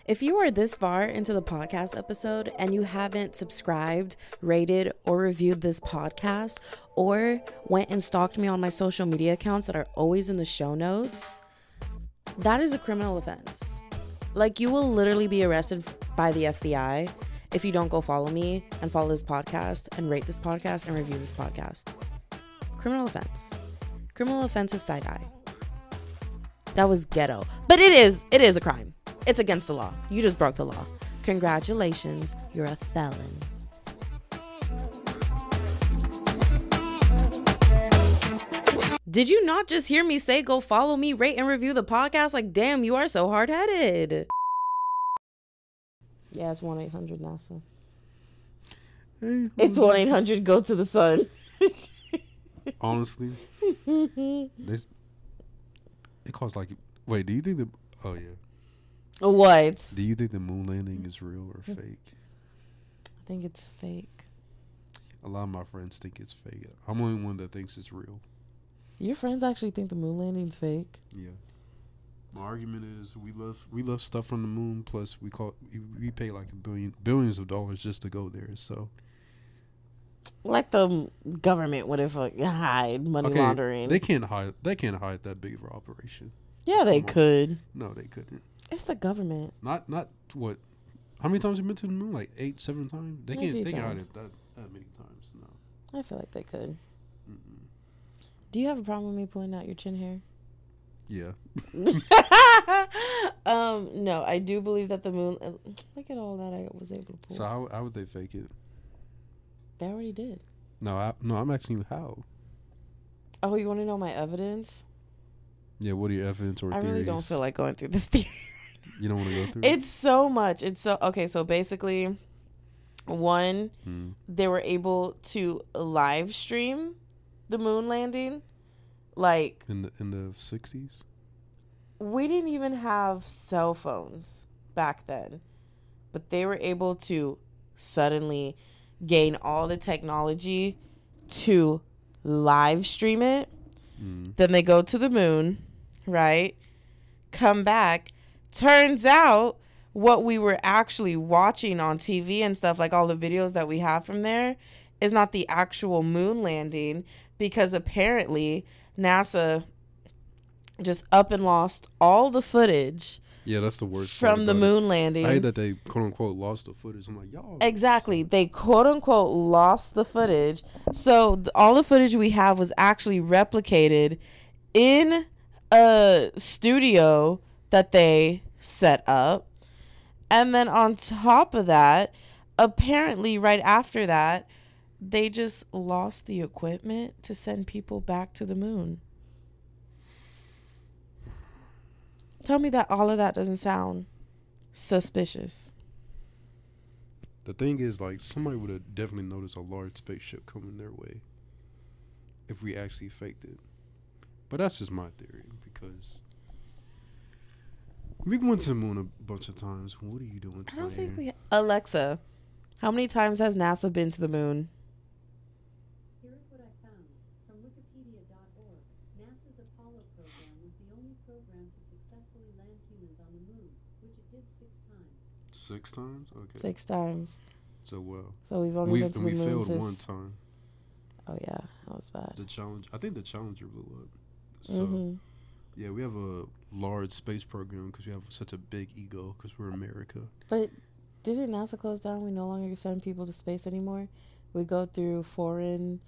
A: If you are this far into the podcast episode and you haven't subscribed, rated, or reviewed this podcast, or went and stalked me on my social media accounts that are always in the show notes, that is a criminal offense. Like, you will literally be arrested by the FBI if you don't go follow me and follow this podcast and rate this podcast and review this podcast. Criminal offense. Criminal offense of side eye. That was ghetto. But it is, it is a crime. It's against the law. You just broke the law. Congratulations, you're a felon. Did you not just hear me say go follow me, rate and review the podcast? Like, damn, you are so hard headed. Yeah, it's 1 800 NASA. It's 1 800 go to the sun.
B: Honestly, they it costs like. Wait, do you think the? Oh yeah.
A: what?
B: Do you think the moon landing is real or fake?
A: I think it's fake.
B: A lot of my friends think it's fake. I'm the only one that thinks it's real.
A: Your friends actually think the moon landing's fake.
B: Yeah. My argument is we love we love stuff from the moon. Plus we call we, we pay like a billion billions of dollars just to go there. So
A: like the government would have hide money laundering.
B: They can't hide. They can't hide that big of an operation.
A: yeah, they
B: come on.
A: could.
B: No, they couldn't.
A: It's the government.
B: Not not what? How many times you been to the moon? Like eight, seven times. They
A: A
B: can't.
A: few
B: They can't hide
A: times.
B: it that, that many times. No.
A: I feel like they could.
B: Mm-mm.
A: Do you have a problem with me pulling out your chin hair?
B: Yeah.
A: um, no, I do believe that the moon. uh, Look at all that I was able to pull.
B: So how, how would they fake it?
A: they already did.
B: No, I, no. I'm asking you how.
A: Oh, you want to know my evidence?
B: Yeah. What are your evidence or
A: I
B: theories?
A: really don't feel like going through this theory.
B: you don't want to go through.
A: It's so much. It's so okay. So basically, one,
B: Mm.
A: they were able to live stream the moon landing, like
B: in the in the sixties.
A: we didn't even have cell phones back then, but they were able to suddenly gain all the technology to live stream it.
B: Mm.
A: Then they go to the moon, right? Come back. Turns out what we were actually watching on TV and stuff, like all the videos that we have from there, is not the actual moon landing because apparently NASA just up and lost all the footage
B: Yeah, that's the worst. part
A: from the
B: about it.
A: moon landing.
B: I hate that they quote unquote lost the footage. I'm like y'all.
A: Exactly. They quote unquote lost the footage. So th- all the footage we have was actually replicated in a studio that they set up. And then on top of that, apparently right after that, they just lost the equipment to send people back to the moon. Tell me that all of that doesn't sound suspicious.
B: The thing is, like, somebody would have definitely noticed a large spaceship coming their way if we actually faked it. But that's just my theory because we went to the moon a bunch of times. What are you doing?
A: I don't think we.
B: Tyler?
A: Alexa, how many times has NASA been to the moon?
C: Here is what I found. From Wikipedia.org, NASA's Apollo program was the only program to successfully land humans on the moon, which it did six times.
B: six times. Okay,
A: Six times.
B: so well,
A: So we've only
B: we
A: been to the
B: we
A: moon
B: failed
A: to s-
B: one time.
A: Oh yeah, that was bad.
B: The challenge. I think the Challenger blew up. So
A: hmm
B: yeah, we have a large space program because we have such a big ego because we're America.
A: But didn't NASA close down? We no longer send people to space anymore. We go through foreign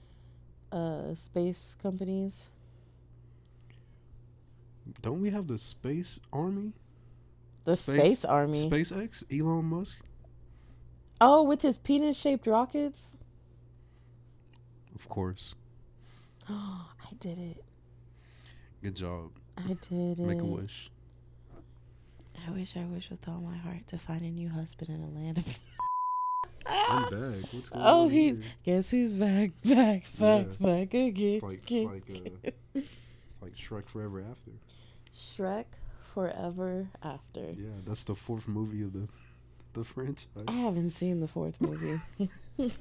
A: uh, space companies.
B: Don't we have the space army?
A: The
B: Space-
A: space, army.
B: SpaceX, Elon Musk.
A: Oh, with his penis shaped rockets?
B: Of course.
A: Oh, I did it.
B: Good job.
A: I did it.
B: Make a wish.
A: I wish I wish with all my heart to find a new husband in a land of.
B: I'm back. What's going
A: oh,
B: on
A: he's.
B: here?
A: Guess who's back, back, back,
B: Yeah.
A: back again.
B: It's like it's like uh, it's like Shrek Forever After.
A: Shrek Forever After.
B: Yeah, that's the fourth movie of the the franchise.
A: I haven't seen the fourth movie.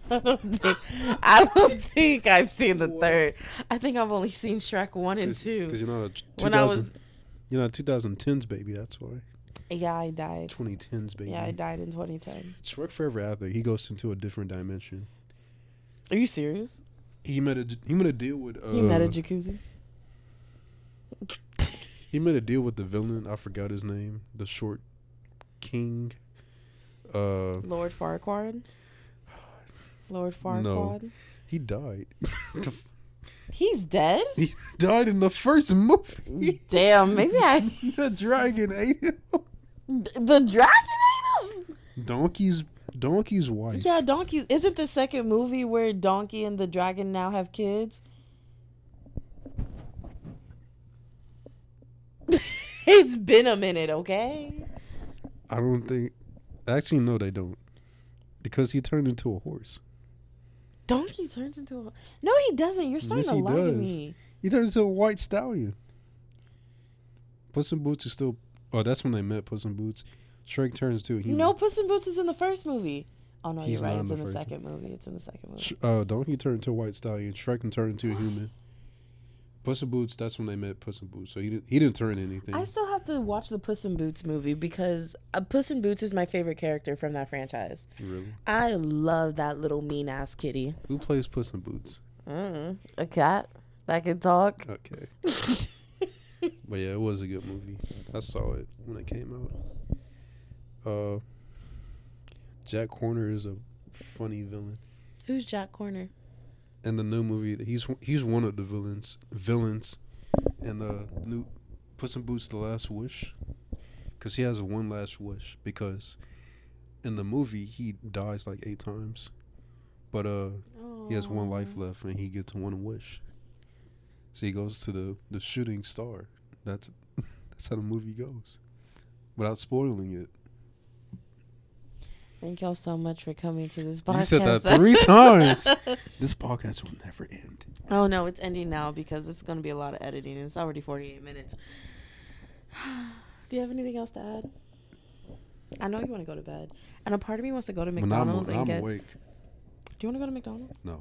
A: I don't think I don't think I've seen the third. I think I've only seen Shrek one and
B: Because
A: two.
B: you're not a t- 2000,
A: When I was
B: you're not a 2010s baby. That's why
A: yeah, I died.
B: 2010s baby.
A: Yeah, I died in 2010.
B: Shrek Forever After. He goes into a different dimension.
A: Are you serious?
B: He met a he met a deal with uh,
A: You met a jacuzzi?
B: He made a deal with the villain. I forgot his name. The short king. Uh,
A: Lord Farquaad. Lord Farquaad.
B: he died.
A: He's dead.
B: he died in the first movie.
A: Damn. Maybe I.
B: the dragon ate him.
A: The dragon. ate him?
B: Donkey's donkey's wife.
A: Yeah, donkeys. Isn't the second movie where donkey and the dragon now have kids? it's been a minute, okay?
B: I don't think. Actually, no, they don't, because he turned into a horse.
A: Donkey turns into a. No, he doesn't. You're starting
B: Yes,
A: to
B: he
A: lie to
B: does.
A: me.
B: He turned into a white stallion. Puss in Boots is still. Oh, that's when they met. Puss in Boots. Shrek turns to a human.
A: No, Puss in Boots is in the first movie. Oh no,
B: He's
A: you're right.
B: not
A: It's
B: in
A: in
B: the
A: the
B: first
A: second movie. It's in the second movie.
B: Sh- Uh, Donkey turned into a white stallion. Shrek can turn into a human. Puss in Boots. That's when they met Puss in Boots. So he didn't. He didn't turn anything.
A: I still have to watch the Puss in Boots movie because uh, Puss in Boots is my favorite character from that franchise.
B: really.
A: I love that little mean ass kitty.
B: Who plays Puss in Boots?
A: Mm, a cat that can talk.
B: Okay. but yeah, it was a good movie. I saw it when it came out. Uh, Jack Horner is a funny villain.
A: Who's Jack Corner?
B: In the new movie, he's he's one of the villains. Villains, and the new Puss in Boots: The Last Wish, because he has one last wish. Because in the movie, he dies like eight times, but uh, he has one life left, and he gets one wish. So he goes to the the shooting star. That's that's how the movie goes, without spoiling it.
A: Thank y'all so much for coming to this podcast.
B: You said that three times. This podcast will never end.
A: oh no, it's ending now because it's going to be a lot of editing. and It's already 48 minutes. Do you have anything else to add? I know you want to go to bed, and a part of me wants to go to
B: When I'm,
A: McDonald's
B: when
A: and
B: I'm
A: get.
B: awake,
A: Do you want to go to McDonald's?
B: no.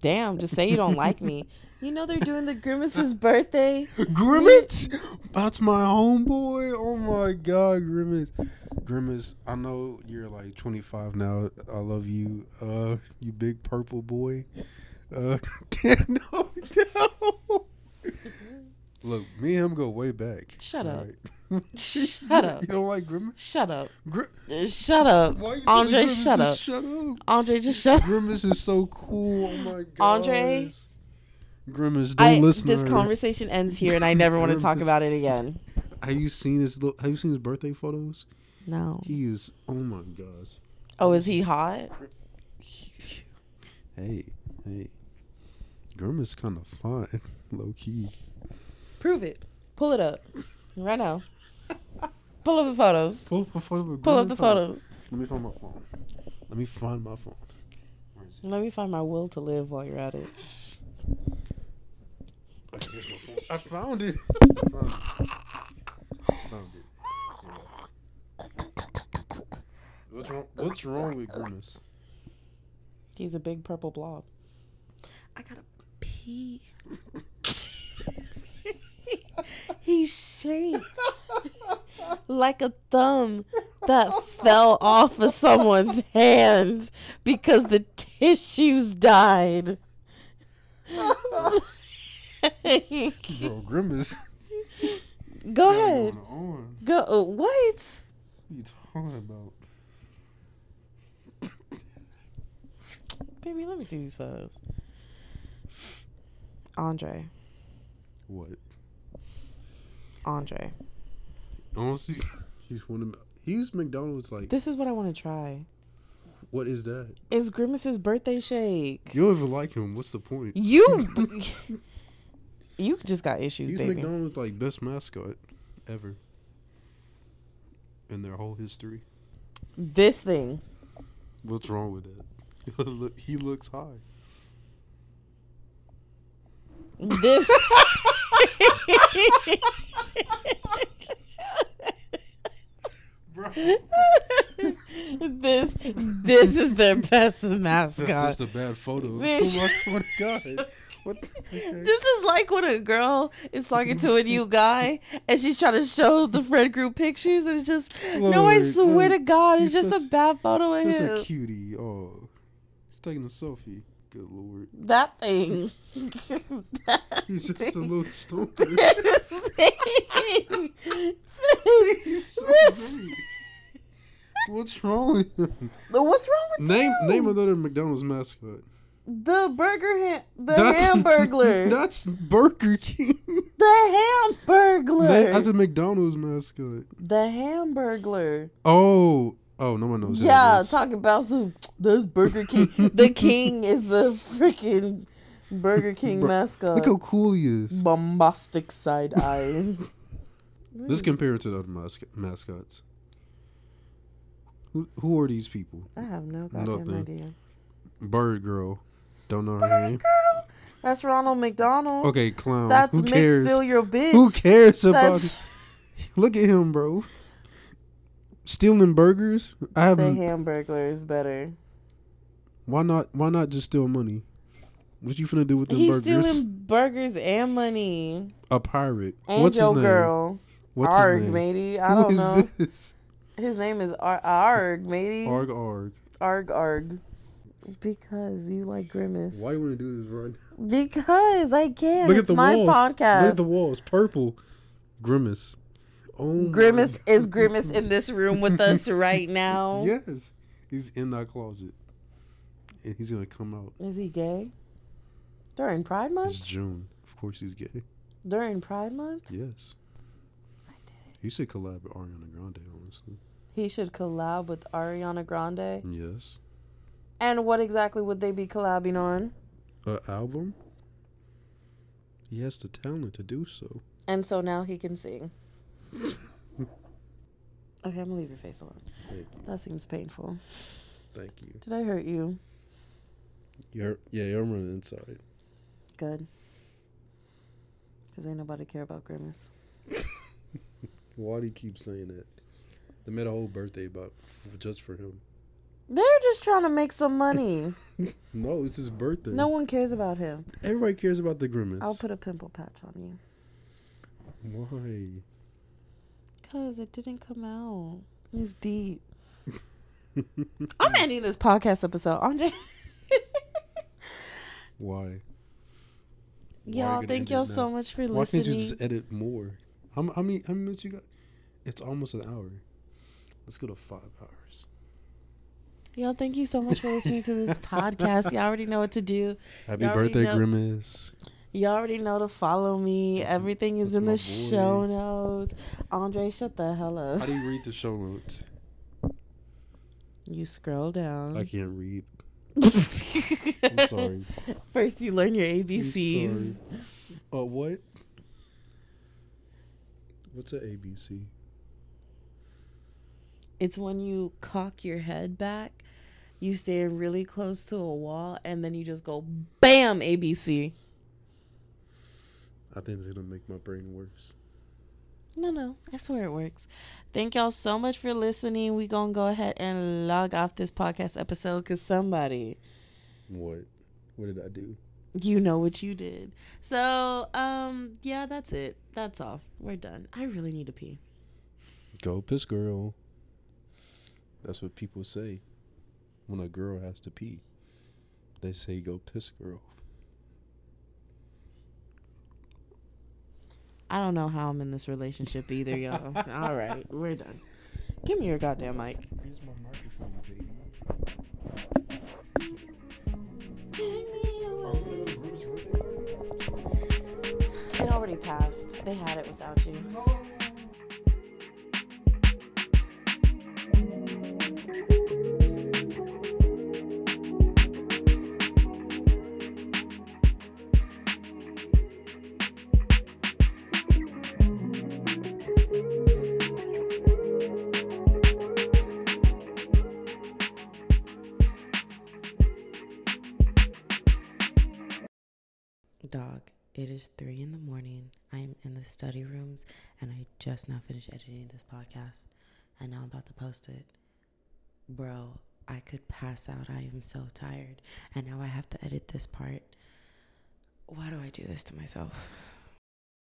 A: Damn, just say you don't like me. You know they're doing the Grimace's birthday.
B: Grimace? That's my homeboy. Oh my god, Grimace. Grimace, I know you're like 25 now. I love you. Uh, you big purple boy. Uh, no, no. Look, me and him go way back.
A: Shut up.
B: Alright.
A: Shut up.
B: You don't like Grimace?
A: Shut up.
B: Gri-
A: Shut up.
B: Why you telling
A: Andre,
B: Grimace
A: shut
B: to
A: up.
B: Shut up.
A: Andre, just shut up.
B: Grimace is so cool. Oh my god.
A: Andre?
B: Grimace, don't
A: I,
B: listen.
A: this
B: to her.
A: conversation ends here, and I never want to talk
B: Grimace.
A: about it again.
B: Have you seen his? Little, have you seen his birthday photos?
A: No.
B: He is. Oh my gosh.
A: Oh, is he hot?
B: Hey, hey. Grimace kind of fine, low key.
A: Prove it. Pull it up right now. Pull up the photos.
B: Pull up a photo. Of
A: Pull up the photos.
B: Grimace. Let me find my phone. Let me find my phone. Where is it?
A: Let me find my will to live while you're at it.
B: Okay, here's my phone. I found it. I found it. I found it. Yeah. What's wrong, what's wrong with Grimace?
A: He's a big purple blob. I gotta pee. he shaped like a thumb that fell off of someone's hand because the tissues died.
B: Bro, Grimace.
A: Go
B: What's
A: ahead.
B: going on?
A: Go. uh, What?
B: What are you talking about?
A: Baby, let me see these photos. Andre.
B: What?
A: Andre.
B: Honestly, he's one of he's McDonald's. Like,
A: This is what I want to try.
B: what is that?
A: It's Grimace's birthday shake.
B: You don't even like him. What's the point?
A: You You just got issues,
B: He's
A: baby.
B: McDonald's like best mascot ever in their whole history.
A: This thing.
B: What's wrong with that? Look, he looks high.
A: This
B: Bro,
A: This this is their best mascot.
B: that's just a bad photo.
A: This-
B: oh, I swear to God. What? the- okay.
A: This is like when a girl is talking to a new guy and she's trying to show the friend group pictures and it's just no, I
B: Lord,
A: swear
B: Lord,
A: to God, it's
B: you're
A: just a
B: such-
A: bad photo of
B: That's
A: him.
B: a cutie. Oh, he's taking a selfie. Good lord.
A: that thing. that
B: He's just a
A: thing.
B: little stupid.
A: this thing.
B: He's so
A: This-
B: great. What's wrong with him?
A: What's wrong with
B: Name
A: you?
B: name another McDonald's mascot.
A: the burger ham the
B: That's-
A: hamburglar
B: That's Burger King.
A: the hamburglar
B: Name- That's a McDonald's mascot.
A: the hamburglar
B: Oh, oh, no one knows. who that
A: yeah
B: is.
A: talking about some there's burger king the king is the freaking burger king
B: Bro,
A: mascot
B: Look how cool he is.
A: Mm-hmm. bombastic side eye
B: Let's compare it to the other masc- mascots. Who who are these people?
A: i have no goddamn
B: Nothing.
A: idea
B: Bird Girl. Don't know her name.
A: that's ronald mcdonald
B: Okay, clown.
A: that's
B: who
A: Mick
B: cares?
A: still your bitch
B: who cares about it?
A: that's
B: Look at him, bro. Stealing burgers? I
A: the
B: haven't.
A: hamburglar is better
B: Why not? Why not just steal money? What you finna do with them
A: he's
B: burgers?
A: stealing burgers and money
B: A pirate.
A: and
B: What's
A: your
B: his name?
A: girl
B: What's
A: arg,
B: his name?
A: matey. I
B: Who
A: don't
B: is
A: know.
B: this?
A: His name is Ar- arg, matey. Arg.
B: Arg arg.
A: arg, Because you like grimace.
B: Why you wanna do this right now?
A: Because I can.
B: Look
A: it's
B: at the
A: my
B: walls.
A: podcast.
B: Look at the walls. Purple. Grimace. Oh my-
A: grimace is grimace in this room with us right now.
B: Yes. He's in that closet. And he's gonna come out.
A: Is he gay? During Pride
B: It's
A: Month?
B: June. Of course he's gay.
A: During Pride Month,
B: Yes. You should collab with Ariana Grande, honestly.
A: he should collab with Ariana Grande.
B: Yes.
A: And what exactly would they be collabing on?
B: A album? He has the talent to do so.
A: And so now he can sing. Okay, I'm gonna leave your face alone.
B: Thank you.
A: That seems painful.
B: Thank you.
A: Did I hurt you?
B: You're yeah, you're running inside.
A: Good. Because ain't nobody care about Grimace.
B: Why do you keep saying that? They made a whole birthday about f- just for him.
A: They're just trying to make some money.
B: No, it's his birthday.
A: no one cares about him.
B: everybody cares about the grimace.
A: I'll put a pimple patch on you.
B: Why?
A: Because it didn't come out. It's deep. I'm ending this podcast episode. Andre.
B: Why?
A: y'all,
B: gonna
A: thank
B: end
A: y'all
B: it
A: so
B: now?
A: much for
B: Why
A: listening.
B: can't you just edit more? How m- how many how many minutes you got? It's almost an hour. Let's go to five hours.
A: Y'all, thank you so much for listening to this podcast. Y'all already know what to do.
B: Happy
A: Y'all already
B: birthday,
A: know-
B: grimace.
A: Y'all already know to follow me. Everything is
B: that's
A: in
B: my
A: the
B: boy.
A: show notes. Andre, shut the hell up.
B: How do you read the show notes?
A: You scroll down.
B: I can't read.
A: I'm
B: I'm sorry.
A: First, you learn your
B: I'm
A: ABCs.
B: sorry. Uh, what? What's an ABC?
A: It's when you cock your head back, you stand really close to a wall, and then you just go BAM ABC.
B: I think it's gonna make my brain worse.
A: No, no. I swear it works. Thank y'all so much for listening. we going to go ahead and log off this podcast episode because somebody,
B: What? What did I do?
A: you know what you did. So, um, yeah, that's it. That's all. We're done. I really need to pee.
B: Go piss girl. That's what people say when a girl has to pee. They say go piss girl.
A: I don't know how I'm in this relationship either, y'all. all right. We're done. Give me your goddamn mic.
B: Here's my microphone, baby.
A: It already passed. They had it without you. Dog, it is three in the morning. I'm in the study rooms and I just now finished editing this podcast and now I'm about to post it. Bro, I could pass out. I am so tired. And now I have to edit this part. Why do I do this to myself?